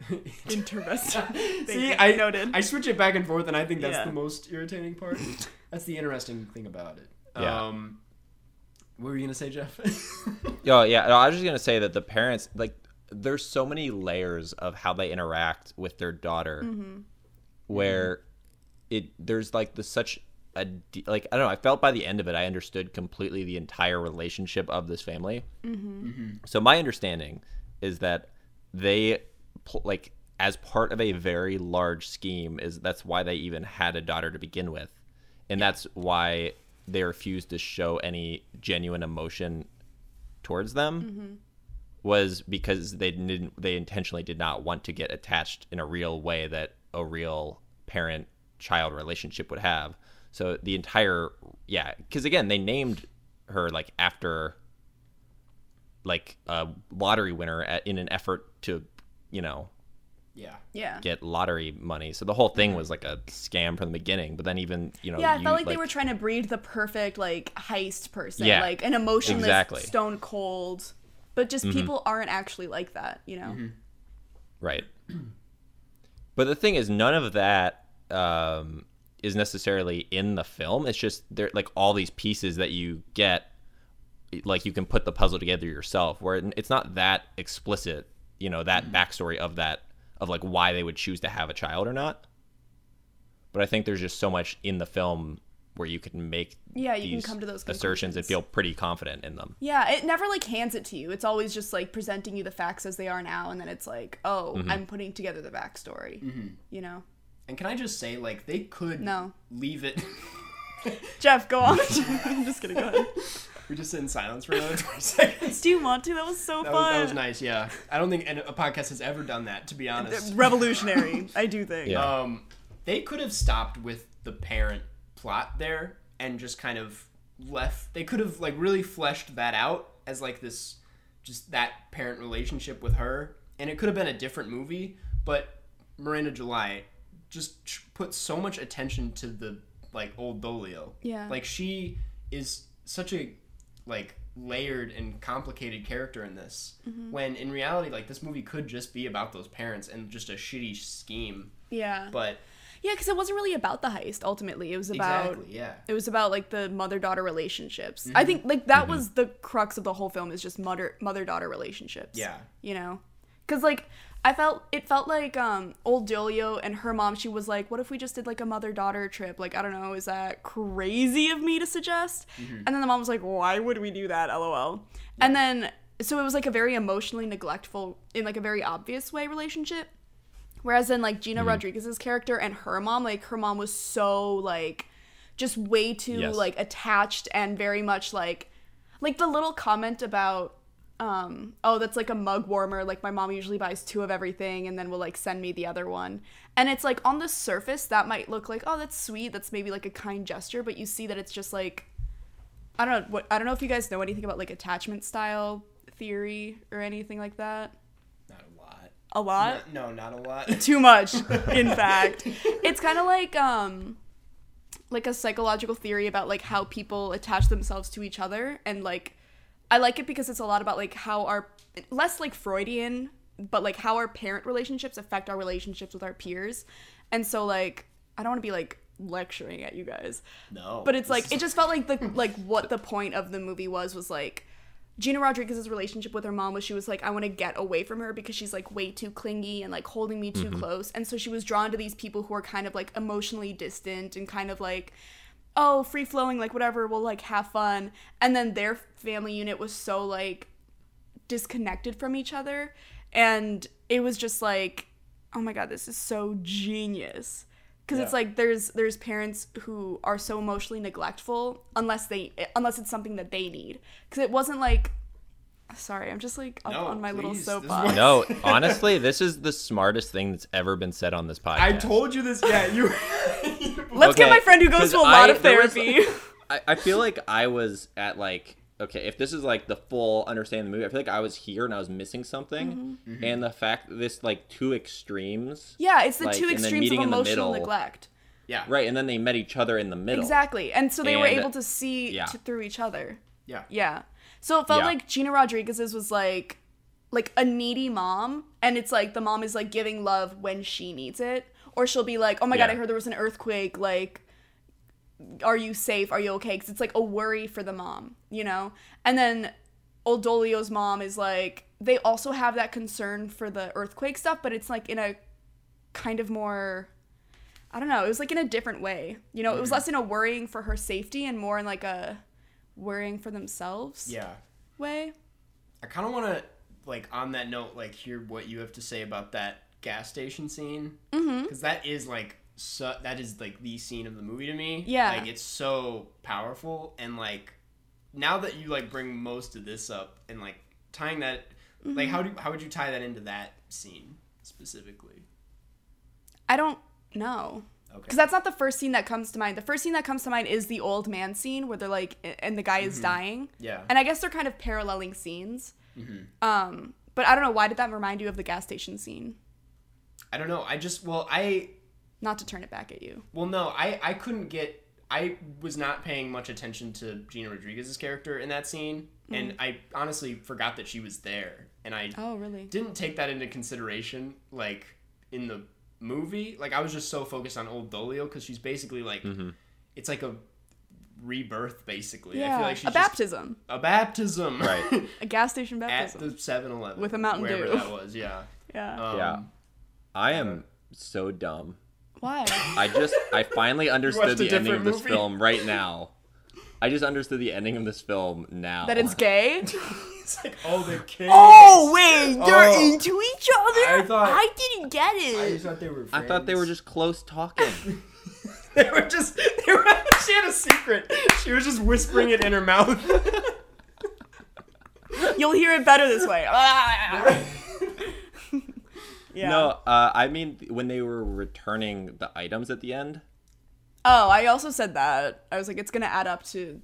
Interesting. Thank
See,
you.
I
noted.
I switch it back and forth and I think that's
Yeah.
the most irritating part. that's the interesting thing about it.
Yeah.
Um what were you gonna say, Jeff?
Oh yeah, no, I was just gonna say that the parents like there's so many layers of how they interact with their daughter, where it there's like the such a d- like I don't know. I felt by the end of it, I understood completely the entire relationship of this family. So my understanding is that they pl- like as part of a very large scheme is that's why they even had a daughter to begin with. And that's why they refused to show any genuine emotion towards them
Mm-hmm.
was because they didn't they intentionally did not want to get attached in a real way that a real parent child relationship would have. So the entire yeah, cuz again, they named her like after like a lottery winner at, in an effort to, you know,
yeah.
yeah.
get lottery money. So the whole thing was like a scam from the beginning, but then even, you know,
Yeah, I
you,
felt like, they were trying to breed the perfect like heist person,
Yeah,
like an emotionless,
exactly.
stone cold. But just people aren't actually like that, you
Mm-hmm.
know.
Right. But the thing is, none of that um, is necessarily in the film. It's just there, like all these pieces that you get, like you can put the puzzle together yourself. Where it- it's not that explicit, you know, that
Mm-hmm.
backstory of that of like why they would choose to have a child or not. But I think there's just so much in the film where you can make
Yeah, you can
these
come to those
assertions and
conclusions.
feel pretty confident in them.
Yeah, it never like hands it to you. It's always just like presenting you the facts as they are now, and then it's like, oh, I'm putting together the backstory.
Mm-hmm.
You know,
And can I just say, like, they could
No.
leave it
Jeff, go on. I'm just kidding. Go ahead.
We just sit in silence for another twenty seconds.
Do you want to? That was so
That was,
fun.
that was nice, yeah. I don't think an- a podcast has ever done that, to be honest.
Revolutionary, I do think.
Yeah.
Um, they could have stopped with the parent plot there and just kind of left. They could have like really fleshed that out as like this, just that parent relationship with her, and it could have been a different movie. But Miranda July just ch- put so much attention to the like old Dolio.
Yeah.
like she is such a like layered and complicated character in this
Mm-hmm.
when in reality like this movie could just be about those parents and just a shitty scheme
Yeah,
but
yeah, because it wasn't really about the heist. Ultimately, it was about
exactly, yeah.
It was about like the mother daughter relationships. I think like that was the crux of the whole film is just mother mother daughter relationships.
Yeah.
You know? Cuz like I felt it felt like um old Dolio and her mom she was like what if we just did like a mother daughter trip? Like I don't know, is that crazy of me to suggest? And then the mom was like why would we do that? LOL. And then so it was like a very emotionally neglectful in like a very obvious way relationship. Whereas in like Gina Rodriguez's character and her mom, like her mom was so like just way too
Yes.
like attached and very much like like the little comment about um, oh, that's like a mug warmer. Like my mom usually buys two of everything and then will like send me the other one. And it's like on the surface that might look like, oh, that's sweet. That's maybe like a kind gesture, but you see that it's just like I don't know what I don't know if you guys know anything about like attachment style theory or anything like that.
Not a lot.
A lot?
No, not a lot.
Too much, in fact. It's kind of like um like a psychological theory about like how people attach themselves to each other and like I like it because it's a lot about like how our less like Freudian, but like how our parent relationships affect our relationships with our peers. And so like I don't want to be like lecturing at you guys,
No.
but it's like it just felt like the like what the point of the movie was was like Gina Rodriguez's relationship with her mom was she was like I want to get away from her because she's like way too clingy and like holding me too close and so she was drawn to these people who are kind of like emotionally distant and kind of like oh free flowing like whatever we'll like have fun and then their family unit was so like disconnected from each other and it was just like oh my god this is so genius because it's like there's there's parents who are so emotionally neglectful unless they unless it's something that they need because it wasn't like sorry i'm just like up
No,
on my little
please, this
soapbox
is-
No, honestly, this is the smartest thing that's ever been said on this podcast.
I told you this. Yeah, you.
let's get
Okay,
my friend who goes
'cause
to a lot
I-
of
there was,
therapy
I, I feel like I was at like okay, if this is like the full understanding of the movie, I feel like I was here and I was missing something.
Mm-hmm.
Mm-hmm.
And the fact that this like two extremes.
yeah it's the
Like,
two
and then
extremes of
meeting in the
emotional
middle.
neglect
yeah.
Right, and then they met each other in the middle.
exactly and so they were
And-
able to see
yeah.
t- through each other
Yeah.
Yeah. So it felt
Yeah.
like Gina Rodriguez's was like like a needy mom and it's like the mom is like giving love when she needs it or she'll be like, "Oh my god,
Yeah.
I heard there was an earthquake, like are you safe? Are you okay?" cuz it's like a worry for the mom, you know? And then old Dolio's mom is like they also have that concern for the earthquake stuff, but it's like in a kind of more I don't know, it was like in a different way. You know, it
Mm.
was less in a worrying for her safety and more in like a worrying for themselves
Yeah.
way.
I kind of want to, like, on that note, like, hear what you have to say about that gas station scene. Mm-hmm. Because that is, like, so, that is, like, the scene of the movie to me.
Yeah.
Like, it's so powerful. And, like, now that you, like, bring most of this up and, like, tying that,
Mm-hmm.
like, how do how would you tie that into that scene specifically?
I don't know.
Okay.
Because that's not the first scene that comes to mind. The first scene that comes to mind is the old man scene where they're like, and the guy is dying.
Mm-hmm. Yeah. Mm-hmm.
And I guess they're kind of paralleling scenes. Um, but I don't know. Why did that remind you of the gas station scene?
I don't know. I just, well, I
Not to turn it back at you.
Well, no, I I couldn't get. I was not paying much attention to Gina Rodriguez's character in that scene, and I honestly forgot that she was there, and I
Mm. Oh, really?
didn't take that into consideration, like in the movie. Like I was just so focused on old Dolio because she's basically like,
Mm-hmm.
it's like a rebirth, basically. I
Yeah.
feel like she's
a
just-
baptism.
a baptism,
Right.
A gas station
At
baptism.
the 7-Eleven.
With a Mountain
wherever
Dew.
that was, yeah.
yeah.
Um,
Yeah. I am so dumb.
Why?
I just I finally
watched a
understood the ending
different
of this
movie?
film right now. I just understood the ending of this film now.
that it's gay?
It's like, oh, the kids.
oh, wait. They're
Oh.
into each other?
I thought- I
didn't get
I
it.
thought they were.
I thought they
friends.
were just close talking.
They were just. They were, she had a secret. She was just whispering it in her mouth.
You'll hear it better this way. yeah.
No, uh, I mean when they were returning the items at the end.
Oh, I also said that. I was like, it's gonna add up to.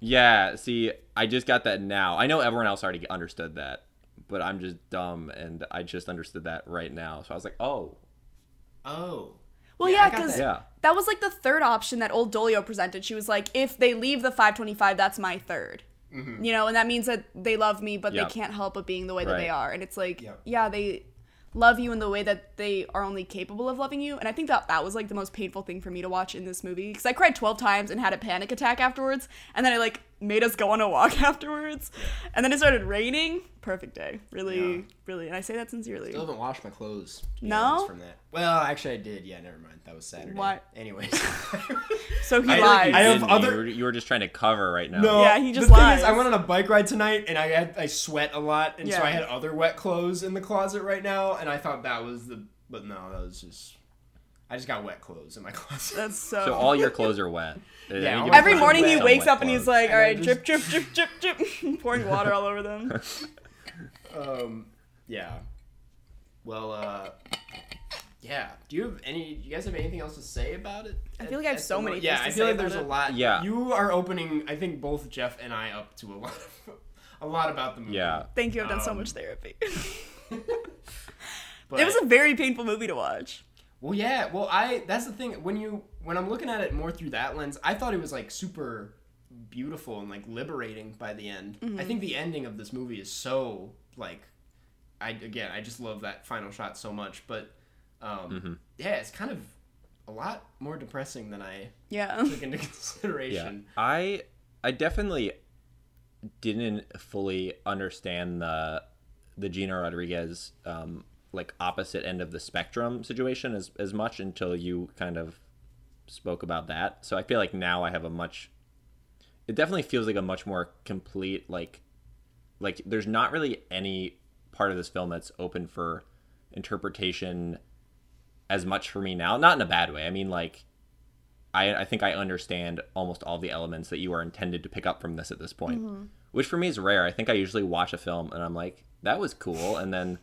Yeah, see, I just got that now. I know everyone else already understood that, but I'm just dumb and I just understood that right now. So I was like, oh,
Oh.
Well,
Yeah, I
yeah,
got
because
that.
yeah.
that was like the third option that old Dolio presented. She was like, if they leave the 525, that's my 3rd
Mm-hmm.
You know, and that means that they love me, but
Yeah.
they can't help but being the way that they
Right.
are. And it's like,
Yeah.
yeah, they love you in the way that they are only capable of loving you. And I think that that was like the most painful thing for me to watch in this movie because I cried 12 times and had a panic attack afterwards. And then I like made us go on a walk afterwards. And then it started raining. Perfect day. Really,
Yeah.
really. And I say that sincerely.
I haven't washed my clothes. to be
No?
honest, From that. Well, actually, I did. Yeah, never mind. That was Saturday.
Why-
Anyways.
So he
I-
lied.
I have
didn't,
other-
You were, you were just trying to cover right now.
no.
Yeah, he just
the Thing
lies.
is, I went on a bike ride tonight, and I had I sweat a lot, and so
Yeah.
I had other wet clothes in the closet right now, and I thought that was the. But no, that was just. I I just got wet clothes in my closet.
That's so.
So all your clothes are wet. I mean,
all
give
my
me
Every
some
clothes
morning he
wet-
wakes
some
up and
wet
he's like, all
I
right, drip,
just-
drip, drip, drip, drip, pouring water all over them.
Um, yeah. Well, uh, yeah. Do you have any? Do you guys have anything else to say about it?
I feel like I have
At
so
the
many
mo- Yeah,
things to
I feel
say
like there's
about
a
it.
lot.
Yeah.
You are opening, I think, both Jeff and I up to a lot, of, a lot about the movie.
Yeah.
Thank you. I've done so
Um,
much therapy.
But,
it was a very painful movie to watch.
Well, yeah. Well, I. That's the thing. When you when I'm looking at it more through that lens, I thought it was like super beautiful and like liberating by the end.
Mm-hmm.
I think the ending of this movie is so like, I again, I just love that final shot so much. But um,
Mm-hmm.
yeah, it's kind of a lot more depressing than I
Yeah.
took into
Yeah.
consideration.
I I definitely didn't fully understand the the Gina Rodriguez um like opposite end of the spectrum situation as as much until you kind of spoke about that. So I feel like now I have a much it definitely feels like a much more complete like like there's not really any part of this film that's open for interpretation as much for me now. Not in a bad way. I mean like I, I think I understand almost all the elements that you are intended to pick up from this at this point, which for me is rare. I think I usually watch a film and I'm like, that was cool. And then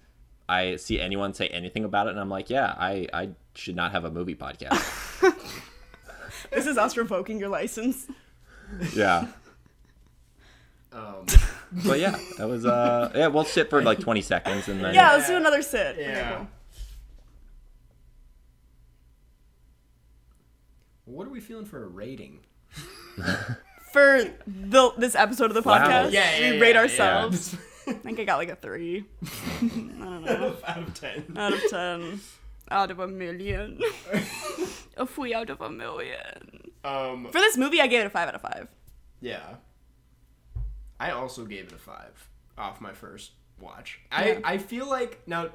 I see anyone say anything about it and I'm like, yeah, I, I should not have a movie podcast.
this is us revoking your license.
yeah.
Um,
But yeah, that was, uh, yeah, we'll sit for like 20 seconds and then.
Yeah, let's do another sit. Okay,
yeah.
cool.
What are we feeling for a rating?
For the, this episode of the
Wow.
podcast,
Yeah, yeah,
we
yeah,
rate
yeah.
ourselves. I think I got like a three
Out of ten.
out of ten, out of a million. a fui out of a million.
Um,
For this movie, I gave it a five out of five.
Yeah. I also gave it a five off my first watch. I, I feel like now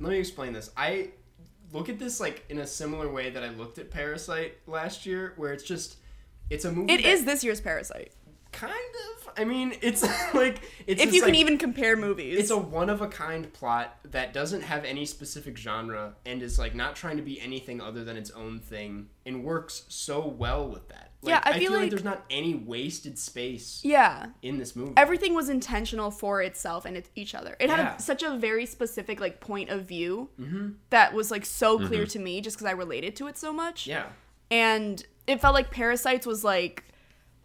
let me explain this. I look at this like in a similar way that I looked at Parasite last year, where it's just it's a movie
It
that
is this year's Parasite.
kind of I mean, it's like it's
If
this,
you can
like-
even compare movies,
it's a one of a kind plot that doesn't have any specific genre and is like not trying to be anything other than its own thing and works so well with that. Like,
Yeah, I
I
feel
like,
like-
there's not any wasted space
yeah.
in this movie.
everything was intentional for itself and it, each other. It had
Yeah. Mm-hmm.
a, such a very specific like point of view that was like so clear to me just because I related to it so much.
Yeah.
and it felt like Parasites was like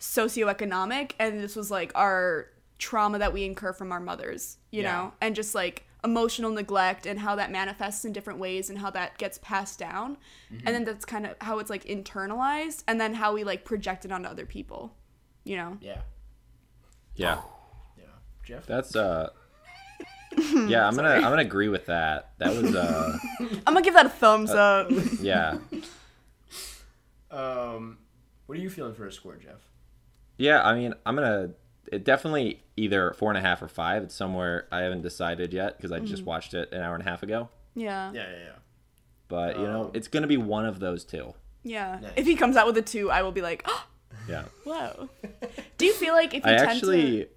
socioeconomic, and this was like our trauma that we incur from our mothers, you
Yeah.
know, and just like emotional neglect and how that manifests in different ways and how that gets passed down,
Mm-hmm.
and then that's kind of how it's like internalized, and then how we like project it onto other people, you know.
Yeah.
Yeah.
Yeah. Jeff?
That's, uh, yeah, I'm gonna, I'm gonna agree with that. That was, uh,
I'm gonna give that a thumbs up.
yeah.
Um, what are you feeling for a score, Jeff?
Yeah, I mean, I'm gonna it definitely either four and a half or five. It's somewhere I haven't decided yet because I
Mm.
just watched it an hour and a half ago.
Yeah.
Yeah, yeah, yeah.
But you know, it's gonna be one of those two.
Yeah.
Nice.
If he comes out with a two, I will be like, oh,
Yeah,
whoa. Do you feel like if you
I
tend
actually.
to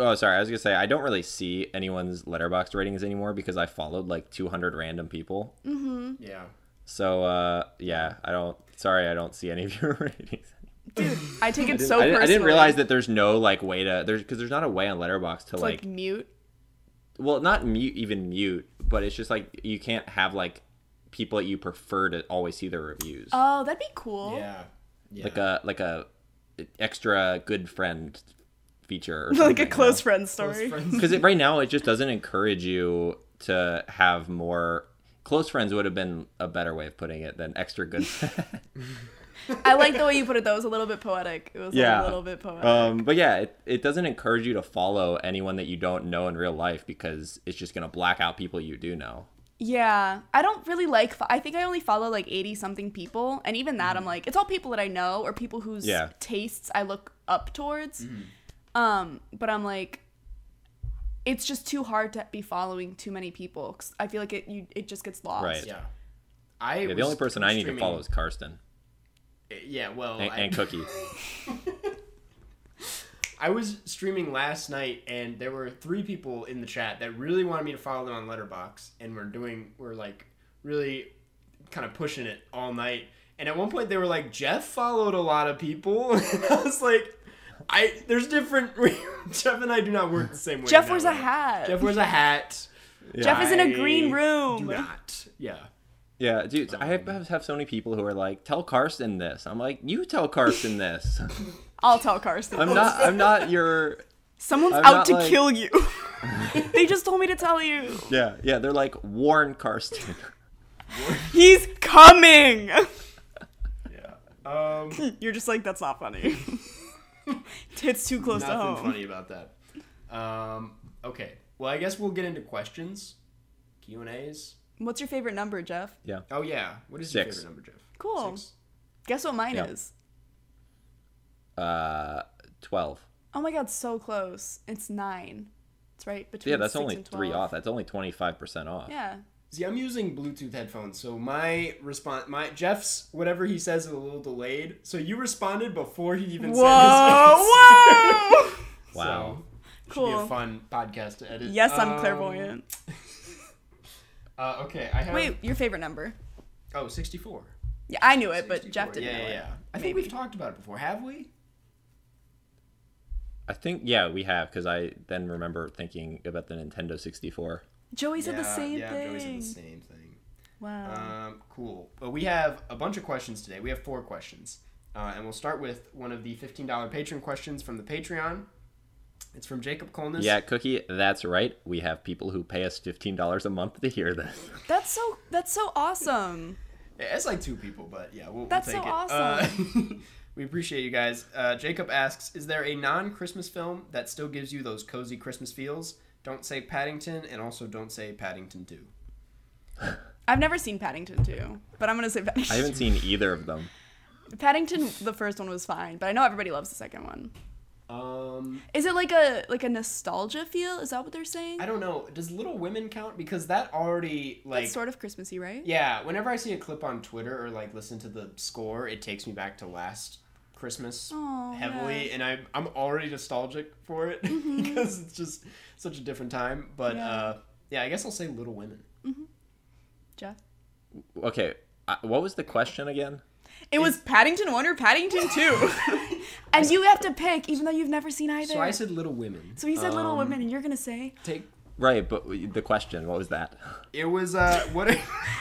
Oh, sorry. I was gonna say I don't really see anyone's letterbox ratings anymore because I followed like 200 random people.
Mm.
Yeah.
So uh, yeah, I don't. Sorry, I don't see any of your ratings.
I take it
Didn't-
so
I, didn't,
Oh, personally.
I didn't realize that there's no like way to there's because there's not a way on Letterbox to
it's
like
like, mute.
well not mute even mute but it's just like you can't have like people that you prefer to always see their reviews
Oh, that'd be cool.
Yeah. Yeah.
like a like a extra good friend feature or
like a close friend
Close
story.
friends.
because right now it just doesn't encourage you to have more close friends would have been a better way of putting it than extra good
I like the way you put it though. It was a little bit poetic. It was
Yeah.
a little bit poetic.
um but yeah it, it doesn't encourage you to follow anyone that you don't know in real life because it's just gonna black out people you do know
yeah. I don't really like fo- I think I only follow like 80 something people and even that I'm like it's all people that I know or people whose
Mm. Yeah. Mm-hmm.
tastes I look up towards. Um but I'm like it's just too hard to be following too many people 'cause I feel like it you it just gets lost.
Right.
yeah. I
yeah, the
was
only person i need to
streaming-
follow is karsten
Yeah, well,
and,
I,
and cookie
I was streaming last night, and there were three people in the chat that really wanted me to follow them on Letterbox, and were doing were like really kind of pushing it all night. And at one point, they were like, Jeff followed a lot of people. and I was like, I there's different. Jeff and I do not work the same way.
Jeff
now.
wears a hat.
Jeff wears a hat.
Jeff is in a
I
green room.
Do not. Yeah.
Yeah, dude, I have, have so many people who are like, "Tell Carson this." I'm like, "You tell Carson this."
I'll tell Carson.
I'm not. I'm not your.
Someone's
I'm
out
not
to
like-
kill you. they just told me to tell you.
Yeah, yeah. They're like warn Carson.
He's coming.
Um,
You're just like, that's not funny. It's too close to
nothing
home.
funny about that. Um, okay. Well, I guess we'll get into questions, Q and A's.
What's your favorite number, Jeff?
Oh yeah. What is
Six.
your favorite number, Jeff?
Cool.
Six.
Guess what mine
Yeah.
is?
Uh, twelve.
Oh my god, so close. It's nine. It's right between.
Yeah, that's
six
only
and
three
12.
off. That's only twenty five percent off.
Yeah.
See, I'm using Bluetooth headphones, so my response, my Jeff's whatever he says is a little delayed. So you responded before he even
Whoa!
said his.
Whoa!
Wow.
Should be
cool.
a fun podcast to edit.
Yes, I'm
Um,
clairvoyant.
Uh, okay, I have.
Wait, your favorite number?
Oh, 64.
Yeah, I knew it, but
64,
Jeff didn't
yeah,
know
yeah,
it.
yeah. I think
Maybe.
we've talked about it before, have we?
I think yeah, we have because I then remember thinking about the Nintendo sixty four.
Joey said the
Yeah,
same
yeah,
thing.
Joey said the same thing.
Wow.
Um, cool. But we have a bunch of questions today. We have four questions. Uh, and we'll start with one of the $15 patron questions from the Patreon. It's from Jacob Colness.
Yeah, Cookie, that's right. We have people who pay us fifteen dollars a month to hear this.
that's so. That's so awesome.
Yeah, It's like two people, but yeah, we'll,
That's
we'll take
so
it. Uh, we appreciate you guys. Uh, Jacob asks, is there a non-Christmas film that still gives you those cozy Christmas feels? Don't say Paddington, and also don't say Paddington 2.
I've never seen Paddington 2, but I'm gonna say Paddington.
I haven't seen either of them.
Paddington. The first one was fine, but I know everybody loves the second one.
Um,
Is it like a like a nostalgia feel? Is that what they're saying?
I don't know. Does Little Women count? Because that already, like...
It's sort of Christmassy, right?
Yeah, whenever I see a clip on Twitter or like listen to the score, it takes me back to last Christmas
Aw,
heavily,
yeah. Mm-hmm.
and I'm I'm already nostalgic for it because it's just such a different time. But
Yeah.
uh, yeah, I guess I'll say Little Women.
Jeff.
Okay, I, what was the question again?
It was Paddington One or Paddington Two, and you have to pick, even though you've never seen either.
So I said Little Women.
So he said Little
Um,
Women, and you're gonna say
Take
Right, but w- the question, what was that?
it was uh what are,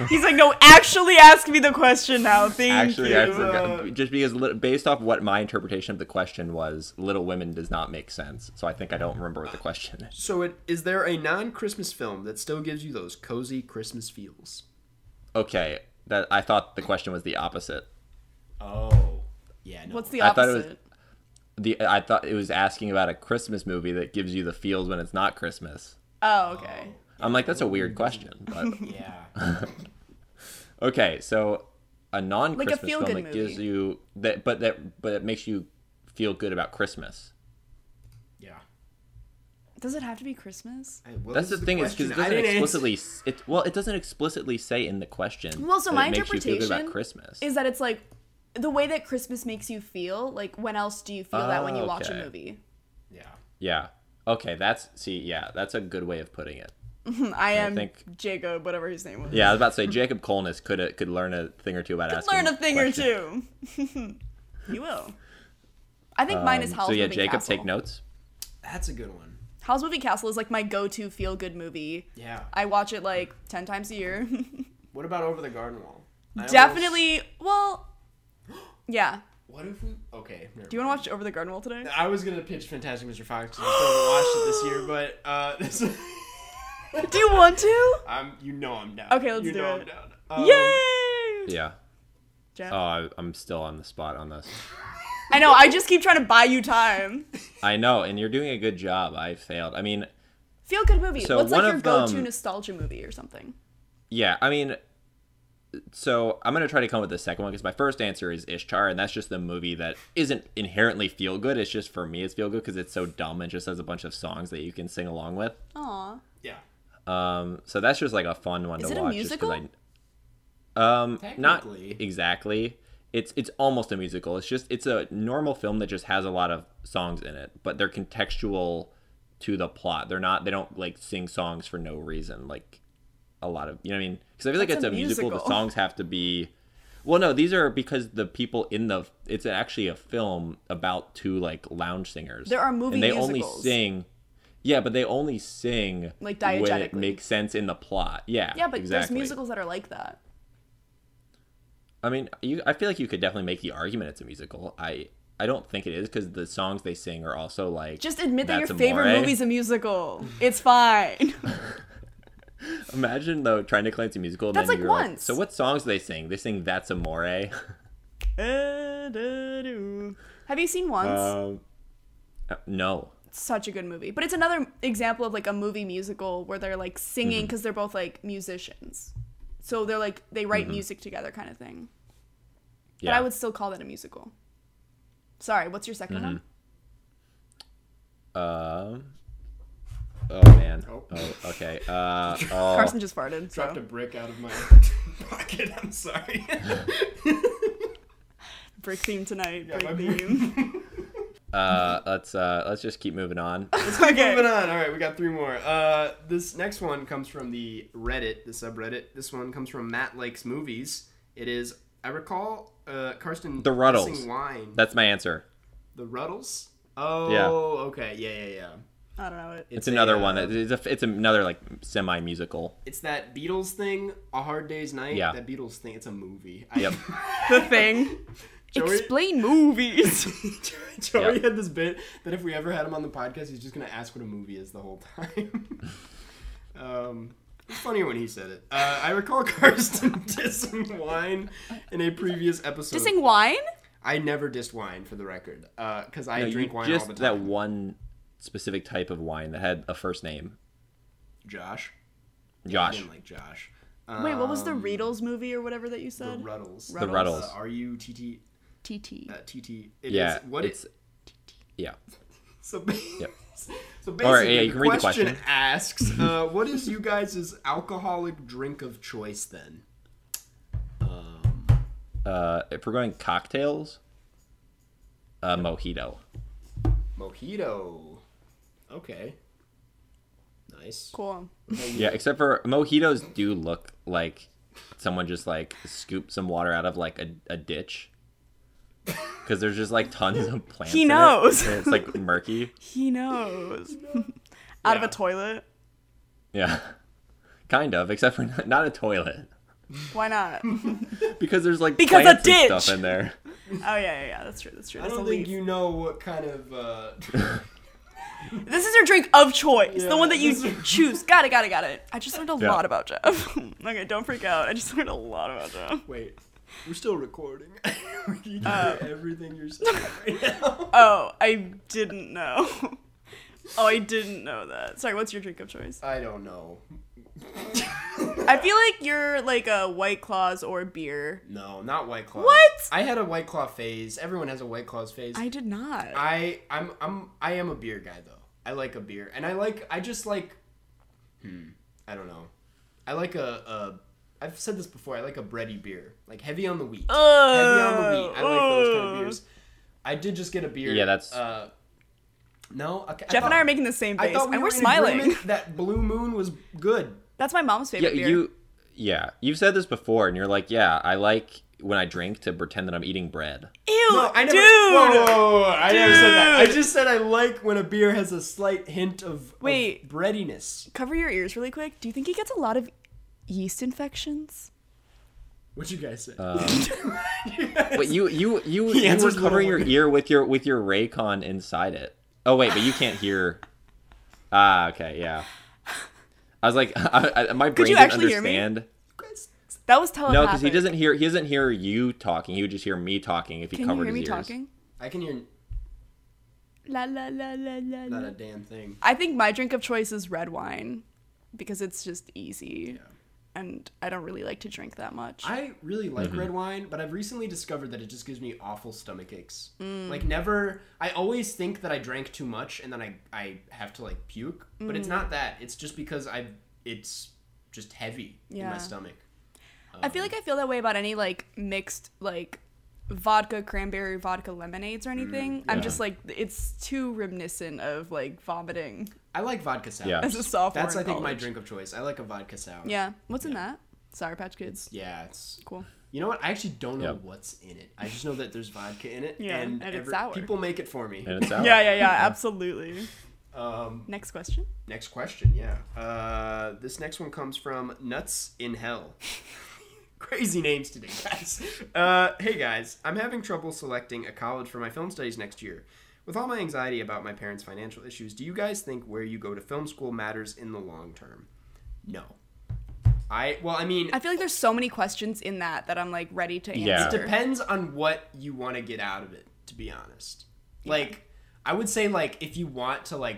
he's like, no, actually ask me the question now. Thank
Actually,
you.
I forgot. Just because, li- based off what my interpretation of the question was, Little Women does not make sense. So I think I don't remember what the question is.
so it is there a non Christmas film that still gives you those cozy Christmas feels?
Okay, that I thought the question was the opposite.
Oh yeah, no.
What's the
I thought
opposite?
it was- The I thought it was asking about a Christmas movie that gives you the feels when it's not Christmas.
oh, okay.
I'm like, that's a weird question. But
yeah?
okay, so a non-Christmas
feel-good
film that gives
movie.
you that, but that, but it makes you feel good about Christmas.
yeah.
Does it have to be Christmas?
Hey, what
That's
was
the thing is
question?
because it
I
doesn't
didn't answer-
explicitly s- it well it doesn't explicitly say in the question.
Well, so
that
my
it makes you feel good
interpretation
about Christmas.
Is that it's like the way that Christmas makes you feel? Like when else do you feel that when you watch a
Okay.
movie?
Yeah.
yeah. Okay, that's see, yeah, that's a good way of putting it.
I am
think-
Jacob, whatever his name was.
Yeah, I was about to say Jacob Colness could could learn a thing or two about asking.
learn a thing
questions.
or two. you will. I think mine is
Um,
Howl's
so yeah,
Moving
Jacob,
Castle.
take notes.
That's a good one.
Howl's Moving Castle is like my go-to feel-good movie.
Yeah.
I watch it like ten times a year.
What about over the garden wall? I almost-
Definitely. Well, yeah.
what if we? Okay.
Do you want to watch Over the Garden Wall today?
I was gonna pitch Fantastic Mr. Fox because I still haven't watched it this year, but uh, this,
Do you want to?
I'm you know I'm down.
Okay, let's
you
do
know
it.
I'm down. Um,
Yay!
Yeah.
Jeff?
Oh, I, I'm still on the spot on this.
I know. I just keep trying to buy you time.
I know, and you're doing a good job. I failed. I mean,
Feel good movie.
So
What's like
one
your
of um,
go-to
them-
nostalgia movie or something?
yeah. I mean, so I'm gonna try to come with the second one because my first answer is Ishtar, and that's just the movie that isn't inherently feel good. It's just for me, it's feel good because it's so dumb and just has a bunch of songs that you can sing along with.
Aw.
Yeah.
Um, so that's just like a fun one
Is
to
it a
watch. just 'cause
musical?
I, um, not
Technically.
exactly. It's it's almost a musical. It's just it's a normal film that just has a lot of songs in it, but they're contextual to the plot. They're not they don't like sing songs for no reason. Like a lot of you know what I mean because I feel like
That's
it's a,
a
musical. The
musical.
songs have to be. Well, no, these are because the people in the it's actually a film about two like lounge singers.
There are movie
and they only
musicals.
sing. Yeah, but they only sing
Like,
when
diegetically.
it makes sense in the plot. Yeah,
Yeah, but
exactly.
there's musicals that are like that.
I mean, you. I feel like you could definitely make the argument it's a musical. I I don't think it is because the songs they sing are also like
Just admit that
That's
your favorite
Amore.
movie's a musical. It's fine.
Imagine though trying to claim it's a musical. And
That's
then
like
you're
once.
so what songs do they sing? They sing "That's Amore."
Have you seen Once?
um, uh, no,
such a good movie. But it's another example of like a movie musical where they're like singing
Mm-hmm.
because they're both like musicians. So they're like they write
Mm-hmm.
music together kind of thing.
yeah,
But I would still call that a musical. Sorry, what's your 2nd one?
Mm-hmm.
Um. Oh man.
Oh.
Oh, okay. Uh. Oh.
Carson just farted.
Dropped a
So
brick out of my pocket. I'm sorry.
break theme tonight.
my
break theme.
Uh. Let's uh. Let's just keep moving on.
okay.
Moving on. All right, we got three more. Uh, this next one comes from the Reddit, the subreddit. This one comes from Matt Likes Movies. It is I recall uh, Karsten
The Ruddles.
missing Wine.
That's my answer.
the Ruddles. Oh,
Yeah.
okay, yeah, yeah, yeah.
I don't know it.
It's, another
a,
one.
uh,
It's a, It's another like semi musical.
It's that Beatles thing, A Hard Day's Night.
Yeah.
That Beatles thing. It's a movie.
Yep.
The thing.
Joey-
Explain movies.
Joey
Yep.
had this bit that if we ever had him on the podcast, he's just gonna ask what a movie is the whole time. um, it's funnier when he said it. Uh, I recall Karsten dissing wine in a previous episode.
Dissing wine?
I never dissed wine for the record, because I
No, you
drink wine
just
all the
that
time.
one specific type of wine that had a first name,
Josh, I
Josh.
didn't like Josh.
Wait, what was the Riddles movie or whatever that you
Um, The
said?
Ruddles.
The
Ruddles.
Uh, R U T T
TT.
uh, T T. It
yeah.
is- what
it's.
it's
yeah.
so. ba-
Yep.
So basically,
All right, yeah, you
the,
can read the
question
question.
asks, uh, "What is you guys' alcoholic drink of choice?" Then
Uh. If we're going cocktails. Uh. Mojito.
mojito. Okay. Nice.
Cool.
Yeah, except for mojitos do look like someone just like scooped some water out of like a, a ditch. Because there's just like tons of plants.
He
in it,
knows.
and it's like murky.
He knows. Out of a toilet?
Yeah. Kind of, except for not, not a toilet.
Why not? Oh
Because there's like
Because a
plants and stuff
ditch!
in there.
yeah, Oh, yeah, yeah. That's true. That's true.
I
That's
don't
a
think
leaf.
you know what kind of. Uh,
This is your drink of choice.
Yeah,
the one that you
this is-
choose. Got it, got it, got it. I just learned a
Yeah.
lot about Jeff. okay, don't freak out. I just learned a lot about Jeff.
wait, we're still recording. we can hear
Uh.
everything you're saying right now.
Oh, I didn't know. Oh, I didn't know that. Sorry, what's your drink of choice?
I don't know.
I feel like you're like a White Claws or beer.
No, not White Claw.
What?
I had a White Claw phase. Everyone has a White Claws phase.
I did not.
I I'm I'm I am a beer guy though. I like a beer, and I like I just like. Hmm. I don't know. I like a, a I've said this before. I like a bready beer, like heavy on the wheat. heavy on the wheat. I like those kind of
Ugh.
beers. I did just get a beer.
Yeah, that's-
Uh, no, okay,
Jeff and I
thought-
are making the same
I
face,
thought we
and
were
we're
in
smiling.
agreement That Blue Moon was good.
That's my mom's
Yeah,
favorite beer.
you. Yeah, you've said this before, and you're like, yeah, I like when I drink to pretend that I'm eating bread.
Ew,
No, I never.
Oh, dude.
Whoa, whoa, whoa, whoa, I never said that. I
Dude.
just said I like when a beer has a slight hint of of
Wait.
breadiness.
Cover your ears really quick. Do you think he gets a lot of yeast infections?
What you guys say?
Uh. But you, you, you, you were
answers little
covering your
word.
ear with your with your Raycon inside it. Oh wait, but you can't hear. Ah, okay, yeah. I was like, I, I, my brain
you
didn't
actually hear me?
understand.
That was
No,
telepathic.
because he doesn't hear. He doesn't hear you talking. He would just hear me talking if he
Can you
covered
hear me
his ears.
talking?
I can hear
La la la la la.
not a
la.
damn thing.
I think my drink of choice is red wine because it's just easy. And I don't really like to drink that much.
I really
Mm-hmm.
like red wine, but I've recently discovered that it just gives me awful stomach aches.
Mm.
Like never I always think that I drank too much and then I I have to like puke, but
Mm.
it's not that. It's just because I it's just heavy in my
Yeah.
stomach.
I
um,
feel like I feel that way about any like mixed like vodka cranberry
Mm,
vodka lemonades or anything. I'm just like it's too reminiscent of like vomiting.
I like vodka sour.
Yeah.
as a sophomore.
That's
in
I think my
college.
drink of choice. I like a vodka sour.
Yeah. What's in that? Sour Patch Kids.
Yeah, it's
Cool.
You know what? I actually don't know
Yep.
what's in it. I just know that there's vodka in it.
Yeah,
and,
and it's
every-
sour.
People make it for me.
and it's out.
Yeah, yeah, yeah. Absolutely.
Um,
Next question.
next question. Yeah. Uh, this next one comes from Nuts in Hell. Crazy names today, guys. Uh, hey guys, I'm having trouble selecting a college for my film studies next year. With all my anxiety about my parents' financial issues, do you guys think where you go to film school matters in the long term? No. I well, I mean,
I feel like there's so many questions in that that I'm like ready to
Yeah.
answer.
depends on what you want to get out of it to be honest like i would say like if you want to like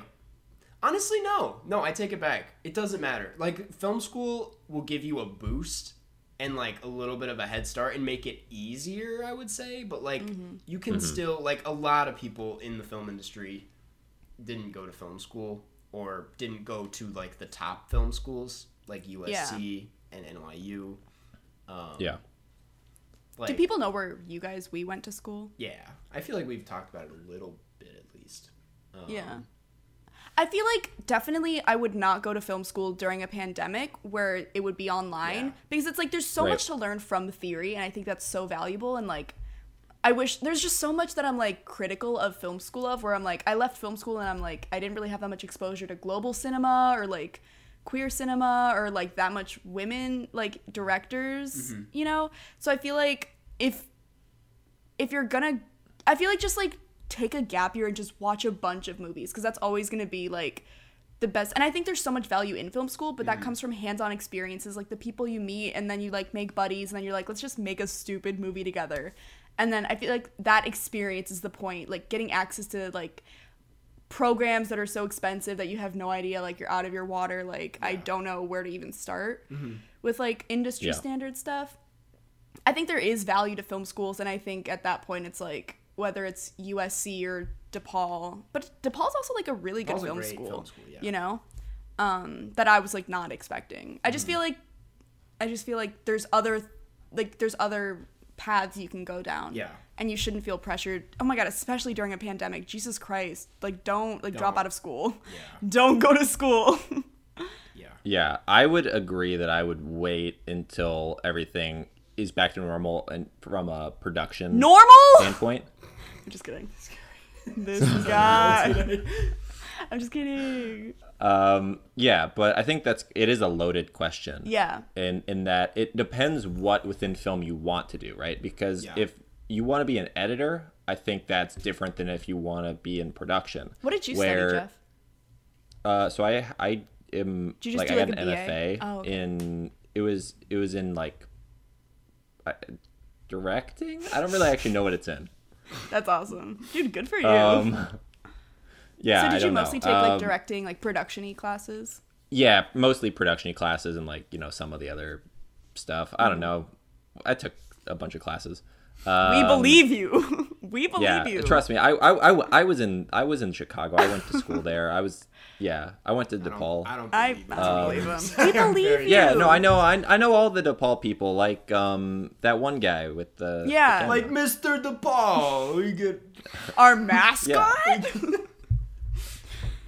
honestly no no i take it back it doesn't matter like film school will give you a boost and like a little bit of a head start and make it easier i would say but like you can still like a lot of people in the film industry didn't go to film school or didn't go to like the top film schools like usc and nyu
Yeah.
like
Do people know where you guys we went to school?
Yeah, I feel like we've talked about it a little bit at least.
Yeah. Um, I feel like definitely I would not go to film school during a pandemic where it would be online
Yeah.
because it's like there's so
Right.
much to learn from theory and I think that's so valuable and like I wish there's just so much that I'm like critical of film school of where I'm like I left film school and I'm like I didn't really have that much exposure to global cinema or like queer cinema or like that much women like directors, you know? So I feel like if if you're gonna i feel like just like take a gap year and just watch a bunch of movies because that's always gonna be like the best and i think there's so much value in film school but that comes from hands-on experiences like the people you meet and then you like make buddies and then you're like let's just make a stupid movie together and then i feel like that experience is the point like getting access to like programs that are so expensive that you have no idea like you're out of your water like i don't know where to even start with like industry
Yeah.
standard stuff I think there is value to film schools, and I think at that point it's like whether it's USC or DePaul, but DePaul's also like a really good
DePaul's a
film
great
school,
film school, yeah.
you know, um, that I was like not expecting. I
Mm-hmm.
just feel like, I just feel like there's other, like there's other paths you can go down.
Yeah.
And you shouldn't feel pressured. Oh my god, especially during a pandemic. Jesus Christ, like don't like drop
Don't.
out of school.
Yeah.
Don't go to school.
Yeah.
Yeah, I would agree that I would wait until everything is back to normal and from a production
Normal.
standpoint.
I'm just kidding. This guy. I'm just kidding.
Um, yeah, but I think that's it is a loaded question.
Yeah.
And in that it depends what within film you want to do, right? Because
Yeah.
if you want to be an editor, I think that's different than if you want to be in production.
What did you
where,
study, Jeff?
Uh, so I I am
Did you just
like
do,
I got
like,
an
a
MFA
BA? Oh, okay.
in it was it was in like I, directing. I don't really actually know what it's in.
That's awesome. Dude, good for you.
Um, yeah.
so
I
did you
don't know.
mostly take like
Um,
directing, like production y classes?
yeah mostly production classes and like you know some of the other stuff i
Mm-hmm.
don't know i took a bunch of classes um,
we believe you. we
Oh,
believe
yeah
you.
trust me I, I I- I was in i was in chicago i went to school there i was yeah i went to
I
depaul
don't, I don't
I,
believe
I
it.
Uh,
don't believe him. We
I'm
believe
very-
you.
yeah no i know I, I know all the depaul people like um that one guy with the the
Yeah,
camera.
Like Mr. DePaul, we get
Our mascot?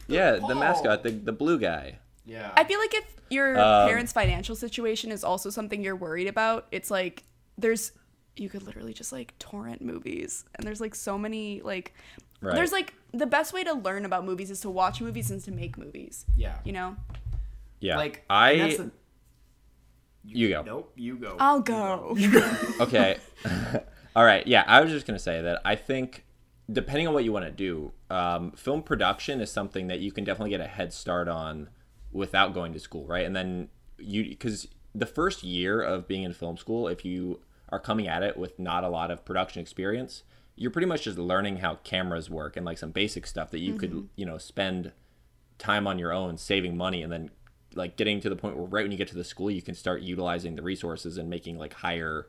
yeah the mascot the, the blue guy
yeah.
I feel like if your
Um,
parents' financial situation is also something you're worried about, it's like there's you could literally just like torrent movies and there's like so many like
Right.
there's like the best way to learn about movies is to watch movies and to make movies.
yeah.
You know?
yeah
Like and
i
that's the-
you go
nope. You go.
I'll go.
okay. All right. Yeah, I was just gonna say that I think depending on what you want to do, um, film production is something that you can definitely get a head start on without going to school, right? And then you because the first year of being in film school, if you are coming at it with not a lot of production experience, you're pretty much just learning how cameras work and like some basic stuff that you could you know spend time on your own, saving money, and then like getting to the point where right when you get to the school, you can start utilizing the resources and making like higher,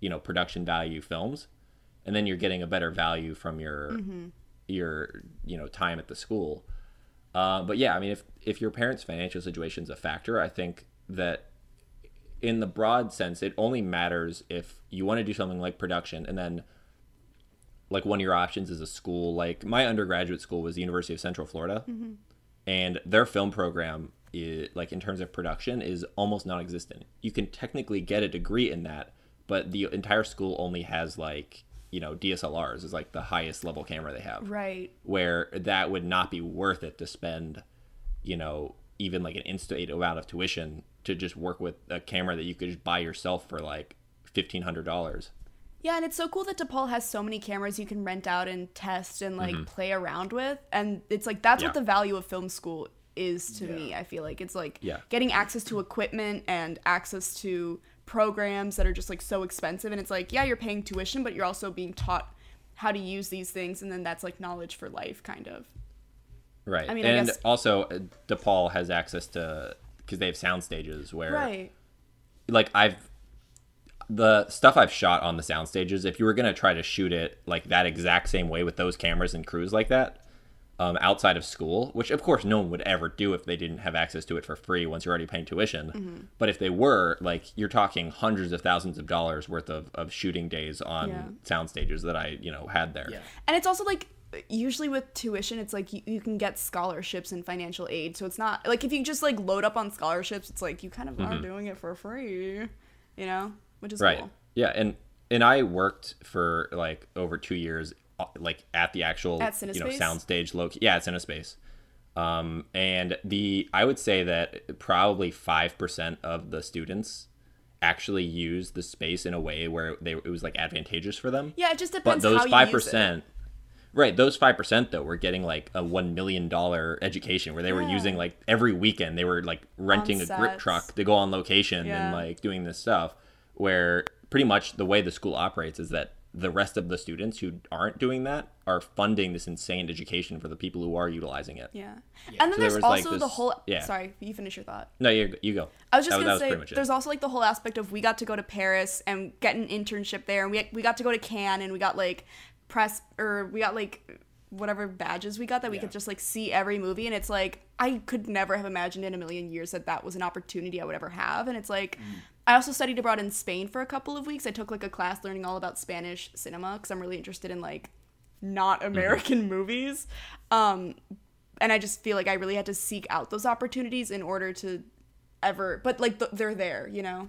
you know, production value films, and then you're getting a better value from your your you know time at the school. Uh, but yeah, I mean, if if your parents' financial situation is a factor, I think that in the broad sense, it only matters if you want to do something like production, and then like one of your options is a school. Like my undergraduate school was the University of Central Florida and their film program is, like in terms of production is almost non-existent you can technically get a degree in that but the entire school only has like you know dslrs is like the highest level camera they have
Right.
where that would not be worth it to spend, you know, even like an instant amount of tuition to just work with a camera that you could just buy yourself for like fifteen hundred dollars.
Yeah, and it's so cool that DePaul has so many cameras you can rent out and test and like play around with. And it's like that's what
Mm-hmm. Yeah.
the value of film school is to me. I feel like it's like
Yeah.
getting access to equipment and access to programs that are just like so expensive. And it's like, yeah, you're paying tuition, but you're also being taught how to use these things. And then that's like knowledge for life, kind of.
Right.
I mean, I
and
guess-
also uh, DePaul has access to because they have sound stages where
Right.
like I've the stuff I've shot on the sound stages, if you were gonna try to shoot it like that exact same way with those cameras and crews like that, um, outside of school, which of course no one would ever do if they didn't have access to it for free once you're already paying tuition. But if they were, like you're talking hundreds of thousands of dollars worth of, of shooting days on
Yeah.
sound stages that I, you know, had there.
Yeah.
And it's also like usually with tuition it's like you, you can get scholarships and financial aid so it's not like if you just like load up on scholarships it's like you kind of are doing it for free you know which is
Mm-hmm. right
cool
yeah and and i worked for like over two years uh, like at the actual
At
you know
Cinespace?
soundstage loc yeah at cinespace um and the i would say that probably 5% of the students actually used the space in a way where they it was like advantageous for them
yeah it just
but
depends
those
how you
five
5%
percent, right? Those five percent though were getting like a one million dollar education where they were using like every weekend they were like renting a grip
sets.
truck to go on location
Yeah.
and like doing this stuff. Where pretty much the way the school operates is that the rest of the students who aren't doing that are funding this insane education for the people who are utilizing it.
yeah. and then
So there
there's
was, like,
also the
this-
whole
yeah.
sorry you finish your thought
No, you, you go.
I was just
that,
gonna
that was pretty
say,
much
there's
it.
also like the whole aspect of we got to go to Paris and get an internship there, and we we got to go to Cannes and we got like press or we got like whatever badges we got that we could just like see every movie, and it's like I could never have imagined in a million years that that was an opportunity I would ever have, and it's
Mm.
like. I also studied abroad in Spain for a couple of weeks. I took like a class learning all about Spanish cinema because I'm really interested in like not
Mm-hmm.
American movies. Um, and I just feel like I really had to seek out those opportunities in order to ever but like th- they're there you know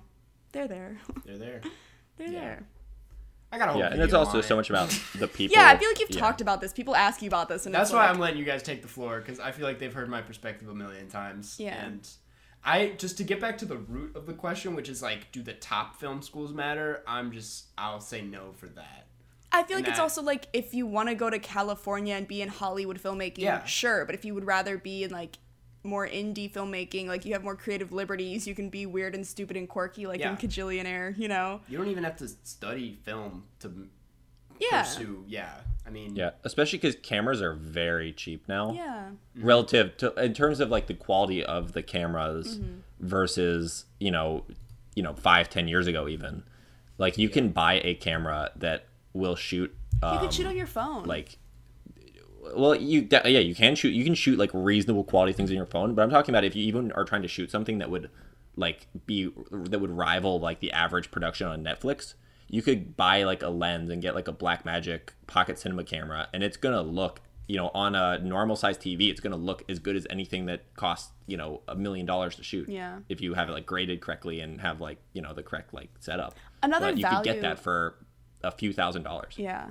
they're there
They're there.
they're
Yeah.
there
I got a whole.
yeah, and it's
video
also
on
so
it.
much about the people.
yeah i feel like you've
yeah.
talked about this people ask you about this and
That's
it's
why
like,
I'm letting you guys take the floor because I feel like they've heard my perspective a million times.
Yeah.
And I just to get back to the root of the question, which is like, do the top film schools matter? I'm just I'll say no for that.
i feel like it's
that-
also like if you want to go to california and be in hollywood filmmaking
Yeah.
sure but if you would rather be in like more indie filmmaking like you have more creative liberties you can be weird and stupid and quirky like
Yeah.
in Kajillionaire you know
You don't even have to study film to m-
yeah
pursue. Yeah. I mean.
Yeah, especially because cameras are very cheap now.
yeah
Mm-hmm. relative to in terms of like the quality of the cameras versus you know you know five ten years ago even like you can buy a camera that will shoot
you
um,
could shoot on your phone
like well you de- yeah you can shoot you can shoot like reasonable quality things on your phone but i'm talking about if you even are trying to shoot something that would like be that would rival like the average production on netflix you could buy like a lens and get like a blackmagic pocket cinema camera and it's gonna look you know on a normal size tv it's gonna look as good as anything that costs you know a million dollars to shoot
Yeah.
if you have it like graded correctly and have like you know the correct like setup
Another
but you could
value-
get that for a few thousand dollars
Yeah,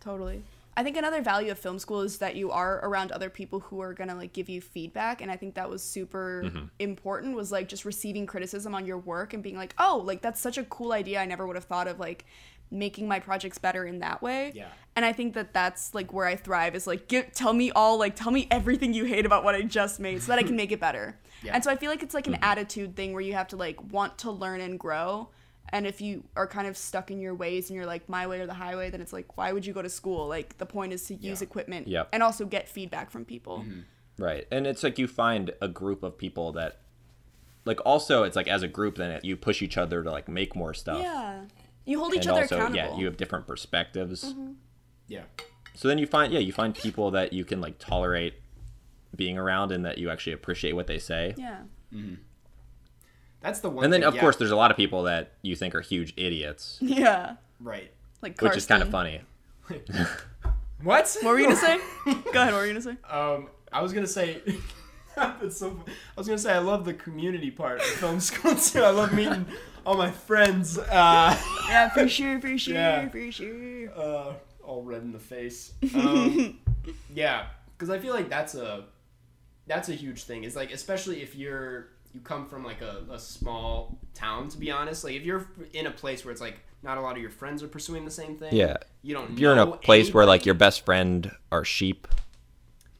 totally. I think another value of film school is that you are around other people who are gonna like give you feedback, and I think that was super important. Was like just receiving criticism on your work and being like, oh, like that's such a cool idea. I never would have thought of like making my projects better in that way.
Yeah.
And I think that that's like where I thrive is like, give, tell me all, like, tell me everything you hate about what I just made so that I can make it better. And so I feel like it's
Mm-hmm.
like an attitude thing where you have to like want to learn and grow. And if you are kind of stuck in your ways and you're like, my way or the highway, then it's like, why would you go to school? Like, the point is to use equipment
Yep. Mm-hmm.
and also get feedback from people.
Right. And it's like you find a group of people that like also it's like as a group then it, you push each other to like make more stuff.
Yeah. You hold each
And
other
also
accountable. Mm-hmm.
yeah, you have different perspectives.
Yeah.
So then you find yeah, you find people that you can like tolerate being around and that you actually appreciate what they say.
yeah.
That's the one.
And then
thing-
of
yeah,
course there's a lot of people that you think are huge idiots,
Yeah.
Right.
Like,
which is kind of
Karsten.
funny.
What?
What were you going to say? go ahead. What were you going to say?
Um, I was gonna say That's so. fu- I was gonna say I love the community part of film school too. I love meeting all my friends. Uh,
Yeah, for sure, for sure,
Yeah.
for sure.
uh, all red in the face. Um, yeah, because I feel like that's a that's a huge thing. Is like especially if you're you come from like a, a small town. To be honest, like if you're in a place where it's like not a lot of your friends are pursuing the same thing.
Yeah.
you don't.
If you're in a
know
place where like
anybody-
your best friend are sheep.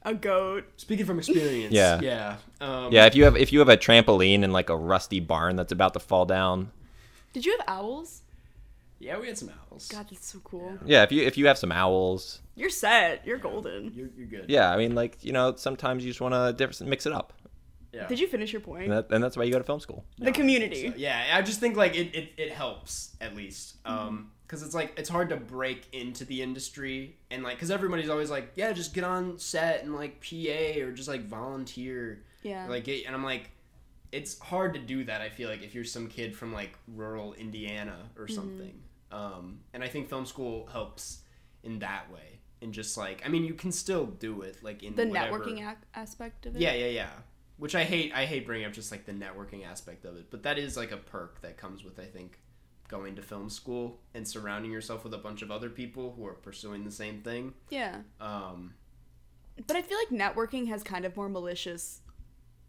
A goat.
speaking from experience.
Yeah.
yeah, um,
Yeah, if you have if you have a trampoline in like a rusty barn that's about to fall down.
Did you have owls?
yeah. We had some owls.
God, that's so cool.
Yeah, if you if you have some owls.
You're set. You're golden.
You're, you're good.
Yeah, I mean like, you know, sometimes you just want to diff- mix it up.
Yeah.
Did you finish your point?
And, that, and that's why you go to film school.
the community.
Yeah, I just think like it, it, it helps at least.
Mm-hmm.
Um, cause it's like it's hard to break into the industry and like cause everybody's always like, yeah, just get on set and like PA or just like volunteer.
Yeah.
Like, it, and I'm like, it's hard to do that. I feel like if you're some kid from like rural Indiana
Mm-hmm.
or something. Um, and I think film school helps in that way. And just like, I mean, you can still do it like in
the
whatever-
networking ac- aspect of it.
yeah, yeah, yeah. Which I hate. I hate bringing up just like the networking aspect of it, but that is like a perk that comes with I think going to film school and surrounding yourself with a bunch of other people who are pursuing the same thing.
Yeah.
Um,
But I feel like networking has kind of more malicious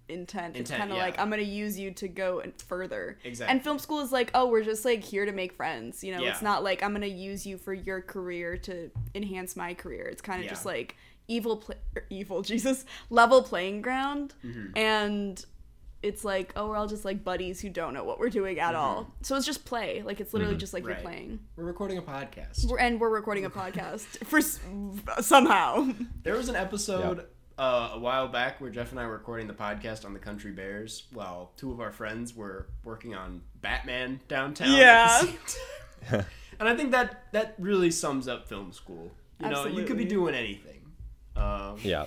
intent. it's
Intent,
kind of
yeah.
like I'm gonna use you to go and further.
Exactly.
And film school is like, oh, we're just like here to make friends. You know,
Yeah.
it's not like I'm gonna use you for your career to enhance my career. It's kind of
Yeah.
just like evil, pla- or evil Jesus level playing ground,
Mm-hmm.
and it's like, oh, we're all just like buddies who don't know what we're doing at all. So it's just play. Like it's literally just like
Mm-hmm. Right.
you're playing.
we're recording a podcast.
We're, and we're recording a podcast for s- somehow.
There was an episode uh, a while back where Jeff and I were recording the podcast on the Country Bears while two of our friends were working on Batman downtown. at the
Yeah.
same time. and I think that that really sums up film school. You know, you could be
Absolutely.
doing anything. Um,
Yeah.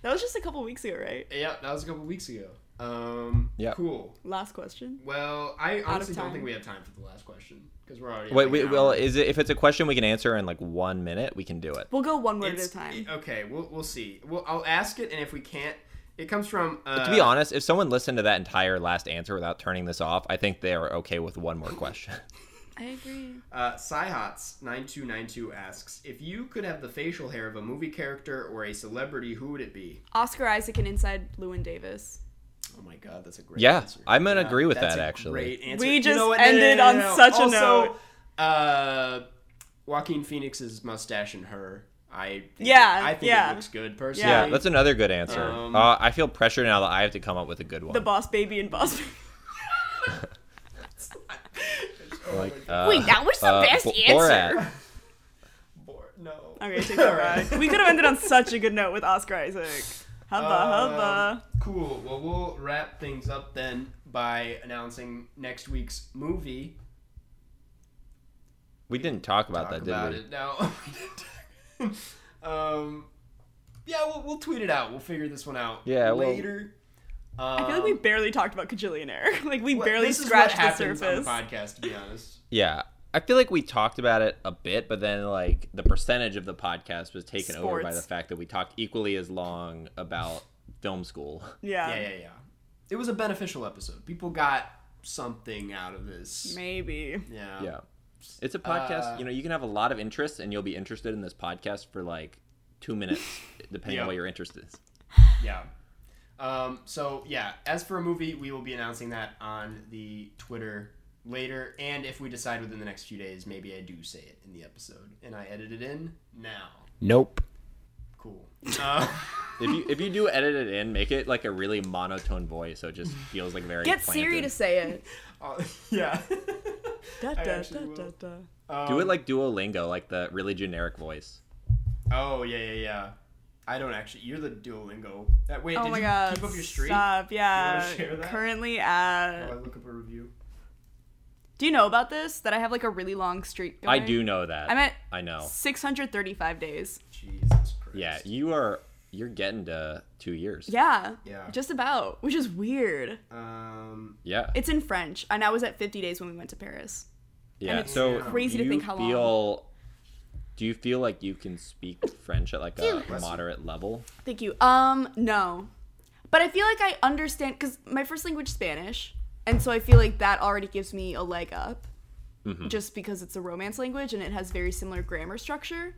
That was just a couple weeks ago, right?
Yeah, that was a couple weeks ago. Um,
Yeah.
Cool.
Last question.
Well, I honestly don't
time.
think we have time for the last question because we're already.
Wait,
at
wait,
an
well,
hour.
is it if it's a question we can answer in like 1 minute, we can do it.
We'll go one word at
It's- E- uh,
a time.
Okay, we'll we'll see. Well, I'll ask it, and if we can't, it comes from. Uh,
To be honest, if someone listened to that entire last answer without turning this off, I think they are okay with one more question.
I agree.
uh, Cyhots nine two nine two asks if you could have the facial hair of a movie character or a celebrity, who would it be?
Oscar Isaac and Inside Lewin Davis.
Oh my God, that's a great.
Yeah,
answer.
I'm gonna agree with
that's
that,
a
actually.
Great answer.
We
You
just
know what?
ended on such a note.
Uh, Joaquin Phoenix's mustache and her. I think
Yeah,
it- I think
yeah.
it looks good personally.
yeah,
Yeah.
that's another good answer.
Um,
uh, I feel pressure now that I have to come up with a good one.
The Boss Baby and Boss Baby.
Oh
like, uh,
Wait, that was the
uh,
best
Bo-
answer.
Borat.
Bor- no.
Okay, take that back. We could have ended on such a good note with Oscar Isaac. Hubba
Um,
hubba.
Cool. Well, we'll wrap things up then by announcing next week's movie.
We didn't talk about
Talk
that, did
about
we?
it now. um, yeah, we'll, we'll tweet it out. We'll figure this one out.
Yeah, we'll-
later.
I feel like we barely talked about Cajillionaire. like we
Well,
barely
this is um, what
scratched the
happens On
surface.
the podcast, to be honest.
Yeah. I feel like we talked about it a bit, but then like the percentage of the podcast was taken over by
Sports.
the fact that we talked equally as long about film school.
yeah,
yeah, yeah, yeah. It was a beneficial episode. People got something out of this.
Maybe.
Yeah.
Yeah. It's a podcast,
Oh. Uh,
you know, you can have a lot of interests and you'll be interested in this podcast for like 2 minutes depending
Yeah.
on what your interest is.
Yeah. Um, so yeah, as for a movie, we will be announcing that on the Twitter later, and if we decide within the next few days, maybe I do say it in the episode, and I edit it in now.
Nope.
Cool. Uh,
If you if you do edit it in, make it like a really monotone voice so it just feels like very
Get
planted.
Siri to say it.
uh, yeah.
Da,
I
da, da,
actually
da,
will.
da.
Do it
Um,
like Duolingo, like the really generic voice.
Oh yeah, yeah, yeah. I don't actually. You're the Duolingo. That wait.
Oh
did
my
you
god.
Keep up your streak.
Stop. Yeah.
share that?
Currently
While
at.
I look up a review.
Do you know about this? That I have like a really long streak.
I
going?
do know that.
I'm at
I know.
635 days.
Jesus Christ.
Yeah, you are you're getting to 2 years.
Yeah.
Yeah.
Just about, which is weird.
Um.
Yeah.
It's in French, and I was at 50 days when we went to Paris.
Yeah.
it's
so
crazy to
you
think how long.
feel Do you feel like you can speak French at like a moderate level?
Thank you. Um, no. But I feel like I understand because my first language is Spanish, and so I feel like that already gives me a leg up,
Mm-hmm.
just because it's a romance language and it has very similar grammar structure.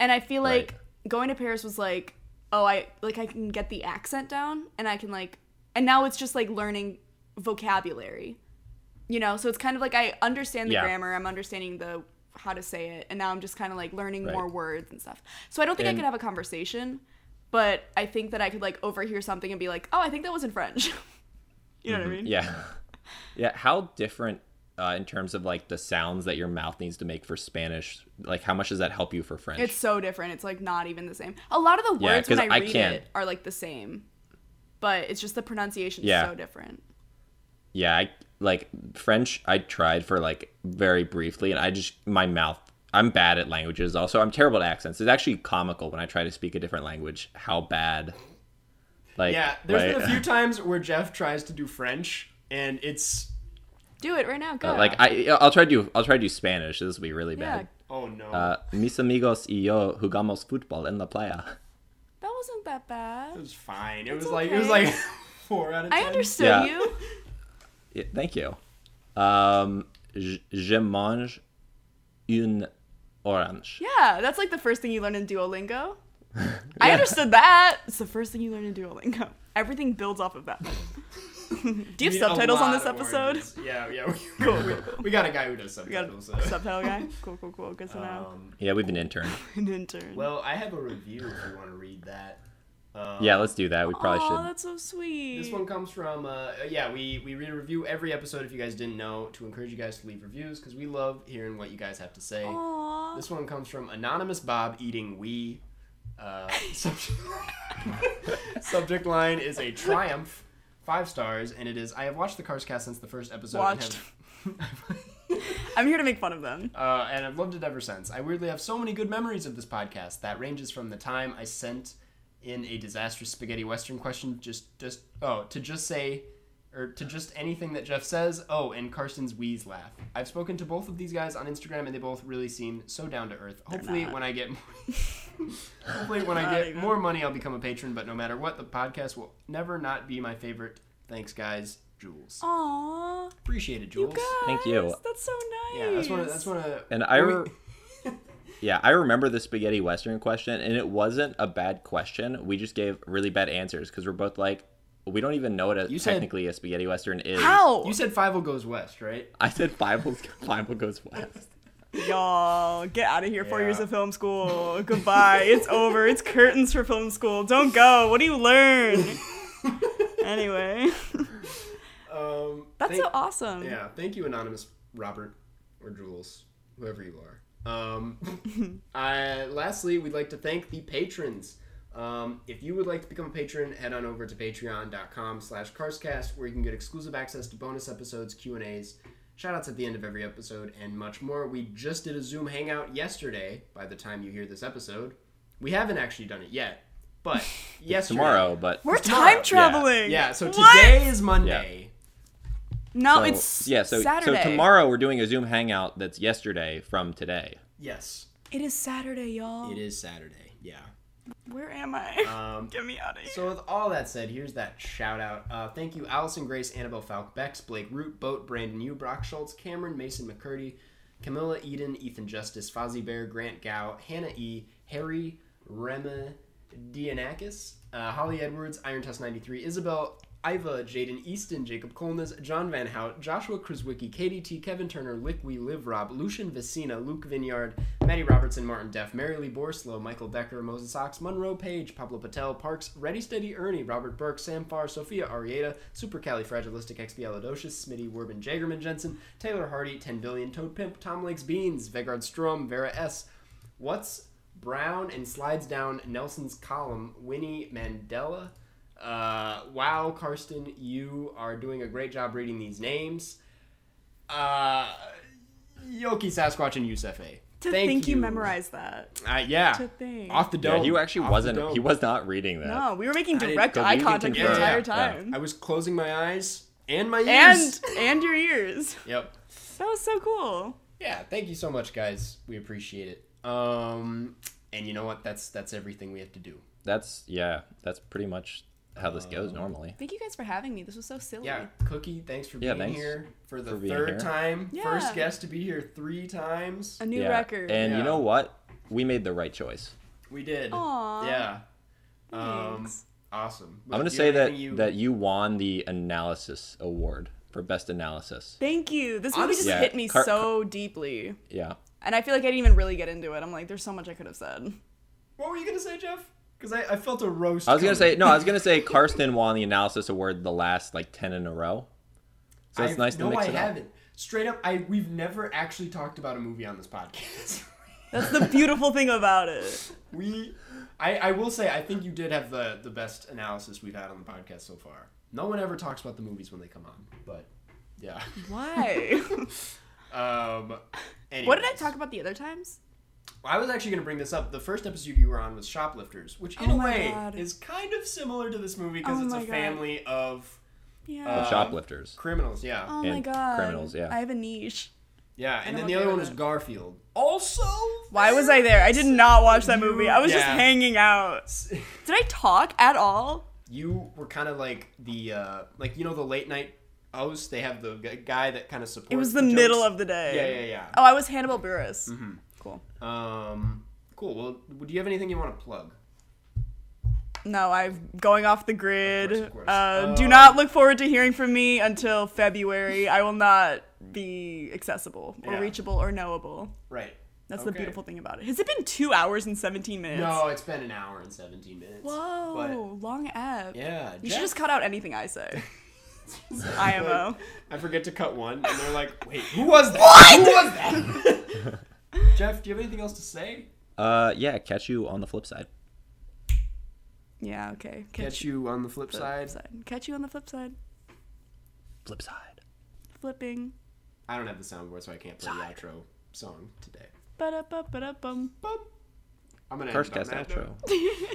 And I feel
Right.
like going to Paris was like, oh, I like I can get the accent down, and I can like, and now it's just like learning vocabulary, you know. So it's kind of like I understand the
Yeah.
grammar, I'm understanding the how to say it, and now I'm just kind of like learning
Right.
more words and stuff. So I don't think I
And-
could have a conversation but I think that I could like overhear something and be like, oh, I think that was in French. you know what I mean?
Yeah. Yeah. How different uh, in terms of like the sounds that your mouth needs to make for Spanish? Like, how much does that help you for French?
It's so different. It's like not even the same. A lot of the
Yeah,
words
'cause
when I,
I
read
can't-
it are like the same, but it's just the pronunciation
Yeah.
is so different.
yeah. I, like French, I tried for like very briefly, and I just, my mouth, I'm bad at languages also. I'm terrible at accents. It's actually comical when I try to speak a different language how bad. Like,
Yeah, there's been a
like-
few times where Jeff tries to do French, and it's
Do it right now. Go.
Like I, I'll try to do, I'll try to do Spanish. This will be really
yeah,
bad.
oh no.
Uh, mis amigos y yo jugamos fútbol en la playa.
that wasn't that
it
bad.
was fine. It was like it was
okay.
like four out of
I
ten.
understood
Yeah.
you.
Yeah, thank you. Um, j- je mange une orange.
Yeah, that's like the first thing you learn in Duolingo. I understood that. It's the first thing you learn in Duolingo. Everything builds off of that. Do you have
We need a
subtitles on
lot
this
of
episode?
oranges. Yeah, yeah. We, we, we got a guy who does
We got a
subtitles. so.
subtitle guy. Cool, cool, cool. Good to know.
Um,
Yeah, we've been intern.
An intern.
well, I have a review if you want to read that. Um,
Yeah, let's do that. We probably
Aw,
should.
that's so sweet.
This one comes from, uh, yeah, we, we read a review every episode if you guys didn't know to encourage you guys to leave reviews because we love hearing what you guys have to say.
Aw.
This one comes from Anonymous Bob Eating Wee. Uh, subject, subject line is a triumph, five stars, and it is I have watched the Cars cast since the first episode.
Watched.
And have,
I'm here to make fun of them.
uh, and I've loved it ever since. I weirdly have so many good memories of this podcast that ranges from the time I sent in a disastrous spaghetti western question just just oh to just say or to just anything that Jeff says oh and Karsten's wheeze laugh. I've spoken to both of these guys on Instagram and they both really seem so down to earth. Hopefully when I get more hopefully when I
Not
get
even.
more money I'll become a patron. But no matter what, the podcast will never not be my favorite. Thanks guys, Jules.
Aww,
Appreciate it,
you
Jules.
guys.
Thank you.
That's so nice.
yeah, that's one. Of, that's one. Of,
And I,
when we-
re- yeah, I remember the spaghetti western question, and it wasn't a bad question. We just gave really bad answers because we're both like, we don't even know what a,
You said-
technically a spaghetti western is.
How?
You said Five Goes West, right?
I said Bible, Bible goes west.
Y'all, get out of here. Four
Yeah.
years of film school. Goodbye. it's over. It's curtains for film school. Don't go. What do you learn? anyway,
Um,
that's
thank,
so awesome.
Yeah, thank you, anonymous Robert or Jules, whoever you are. Um, I, lastly, we'd like to thank the patrons. Um, if you would like to become a patron, head on over to patreon.com slash carscast where you can get exclusive access to bonus episodes, Q&As, shoutouts at the end of every episode, and much more. We just did a Zoom hangout yesterday by the time you hear this episode. We haven't actually done it yet, but yesterday.
Tomorrow, but
We're
Tomorrow.
time traveling.
Yeah, so
What?
today is Monday.
No,
so-
Oh, it's
yeah. So
Saturday.
so tomorrow we're doing a Zoom hangout that's yesterday from today.
Yes.
It is Saturday, y'all.
It is Saturday. Yeah.
Where am I?
Um,
get me out of here.
so with all that said, here's that shout out. Uh, thank you, Allison Grace, Annabelle Falk, Bex, Blake Root, Boat, Brandon U, Brock Schultz, Cameron, Mason McCurdy, Camilla Eden, Ethan Justice, Fozzie Bear, Grant Gow, Hannah E, Harry, Rema, Dianakis, uh, Holly Edwards, Iron Test 93, Isabel, Iva, Jaden Easton, Jacob Colness, John Van Hout, Joshua Kraswicki, Katie T, Kevin Turner, Lick We Live Rob, Lucian Vecina, Luke Vineyard, Maddie Robertson, Martin Deff, Mary Lee Borslow, Michael Becker, Moses Ox, Monroe Page, Pablo Patel, Parks, Ready Steady Ernie, Robert Burke, Sam Farr, Sophia Arieta, Supercalifragilisticexpialidocious, Smitty Werbin, Jagerman Jensen, Taylor Hardy, 10 Billion, Toad Pimp, Tom Lakes Beans, Vegard Strom, Vera S. What's Brown and slides down Nelson's column. Winnie Mandela. Uh, wow, Karsten, you are doing a great job reading these names. Uh, Yoki Sasquatch and Yusef A.
to
Thank
think you.
you.
memorized that.
Uh, yeah.
To think.
Off the dome.
Yeah, he actually
Off the
wasn't.
dome.
He was not reading that.
No, Oh, we were making
didn't-
direct
But
eye
we can
contact the
confirm.
entire
Yeah, yeah.
time.
I was closing my eyes and my
and
ears.
and your ears.
yep.
That was so cool.
Yeah, thank you so much, guys. We appreciate it. Um, and you know what? That's that's everything we have to do.
That's yeah. That's pretty much how this goes normally.
Thank you guys for having me. This was so silly.
Yeah, Cookie, thanks for
Yeah,
being
thanks
here for the
for being
third
here.
time.
Yeah.
First guest to be here three times.
A new
yeah.
record.
And
Yeah.
you know what? We made the right choice.
We did.
Aw.
Yeah. Um,
Thanks.
awesome. Luke,
I'm
do
gonna
you
say
have
that
anything you-
that you won the analysis award for best analysis.
Thank you. This movie just
Honestly-
hit me
Yeah, Car-
so deeply.
Yeah.
And I feel like I didn't even really get into it. I'm like, there's so much I could have said.
What were you gonna say, Jeff? Because I, I felt a roast.
I was gonna
coming.
say no. I was gonna say Karsten won the analysis award the last like ten in a row. So it's
I've-
nice to
no,
mix
I
it up.
haven't. Straight up, I we've never actually talked about a movie on this podcast.
That's the beautiful thing about it.
we, I, I will say, I think you did have the the best analysis we've had on the podcast so far. No one ever talks about the movies when they come on, but yeah.
Why?
Um,
what did I
anyways.
talk about the other times?
I was actually going to bring this up. The first episode you were on was Shoplifters, which in
Oh
a
my
way
God.
is kind of similar to this movie because
Oh
it's
my
a
God.
family of
Yeah.
Of
Uh,
shoplifters.
criminals. Yeah,
oh my
and
god.
criminals, yeah.
I have a niche.
yeah. And
I'm
then the
okay
other one
with
was
it.
Garfield. Also,
Why was I there? I did not watch that movie. I was just
Yeah.
hanging out. Did I talk at all?
you were kind of like the uh like you know the late night host. They have the g- guy that kind of supports.
It was the
jokes.
middle of the day.
Yeah, yeah, Mm-hmm. yeah.
Oh, I was Hannibal Buress. Cool.
Um, cool. Well, do you have anything you want to plug?
No, I'm going off the grid.
Of course, of course.
Uh,
Uh,
do not look forward to hearing from me until February. I will not be accessible or
Yeah.
reachable or knowable.
Right.
That's the
Okay.
beautiful thing about it. Has it been two hours and 17 minutes?
No, it's been an hour and seventeen minutes.
Whoa, long app.
But yeah,
You
Jeff-
should just cut out anything I say. IMO.
I forget to cut one, and they're like, "Wait, who was that? What? Who was that?" Jeff, do you have anything else to say?
Uh, yeah. Catch you on the flip side.
Yeah, okay.
Catch you on the flip
on the flip
side.
side. Catch you on the flip side.
Flip side.
Flipping.
I don't have the soundboard, so I can't play the outro song today.
Ba-da-ba-ba-da-bum.
I'm gonna end
First
it on that
cast outro.
note.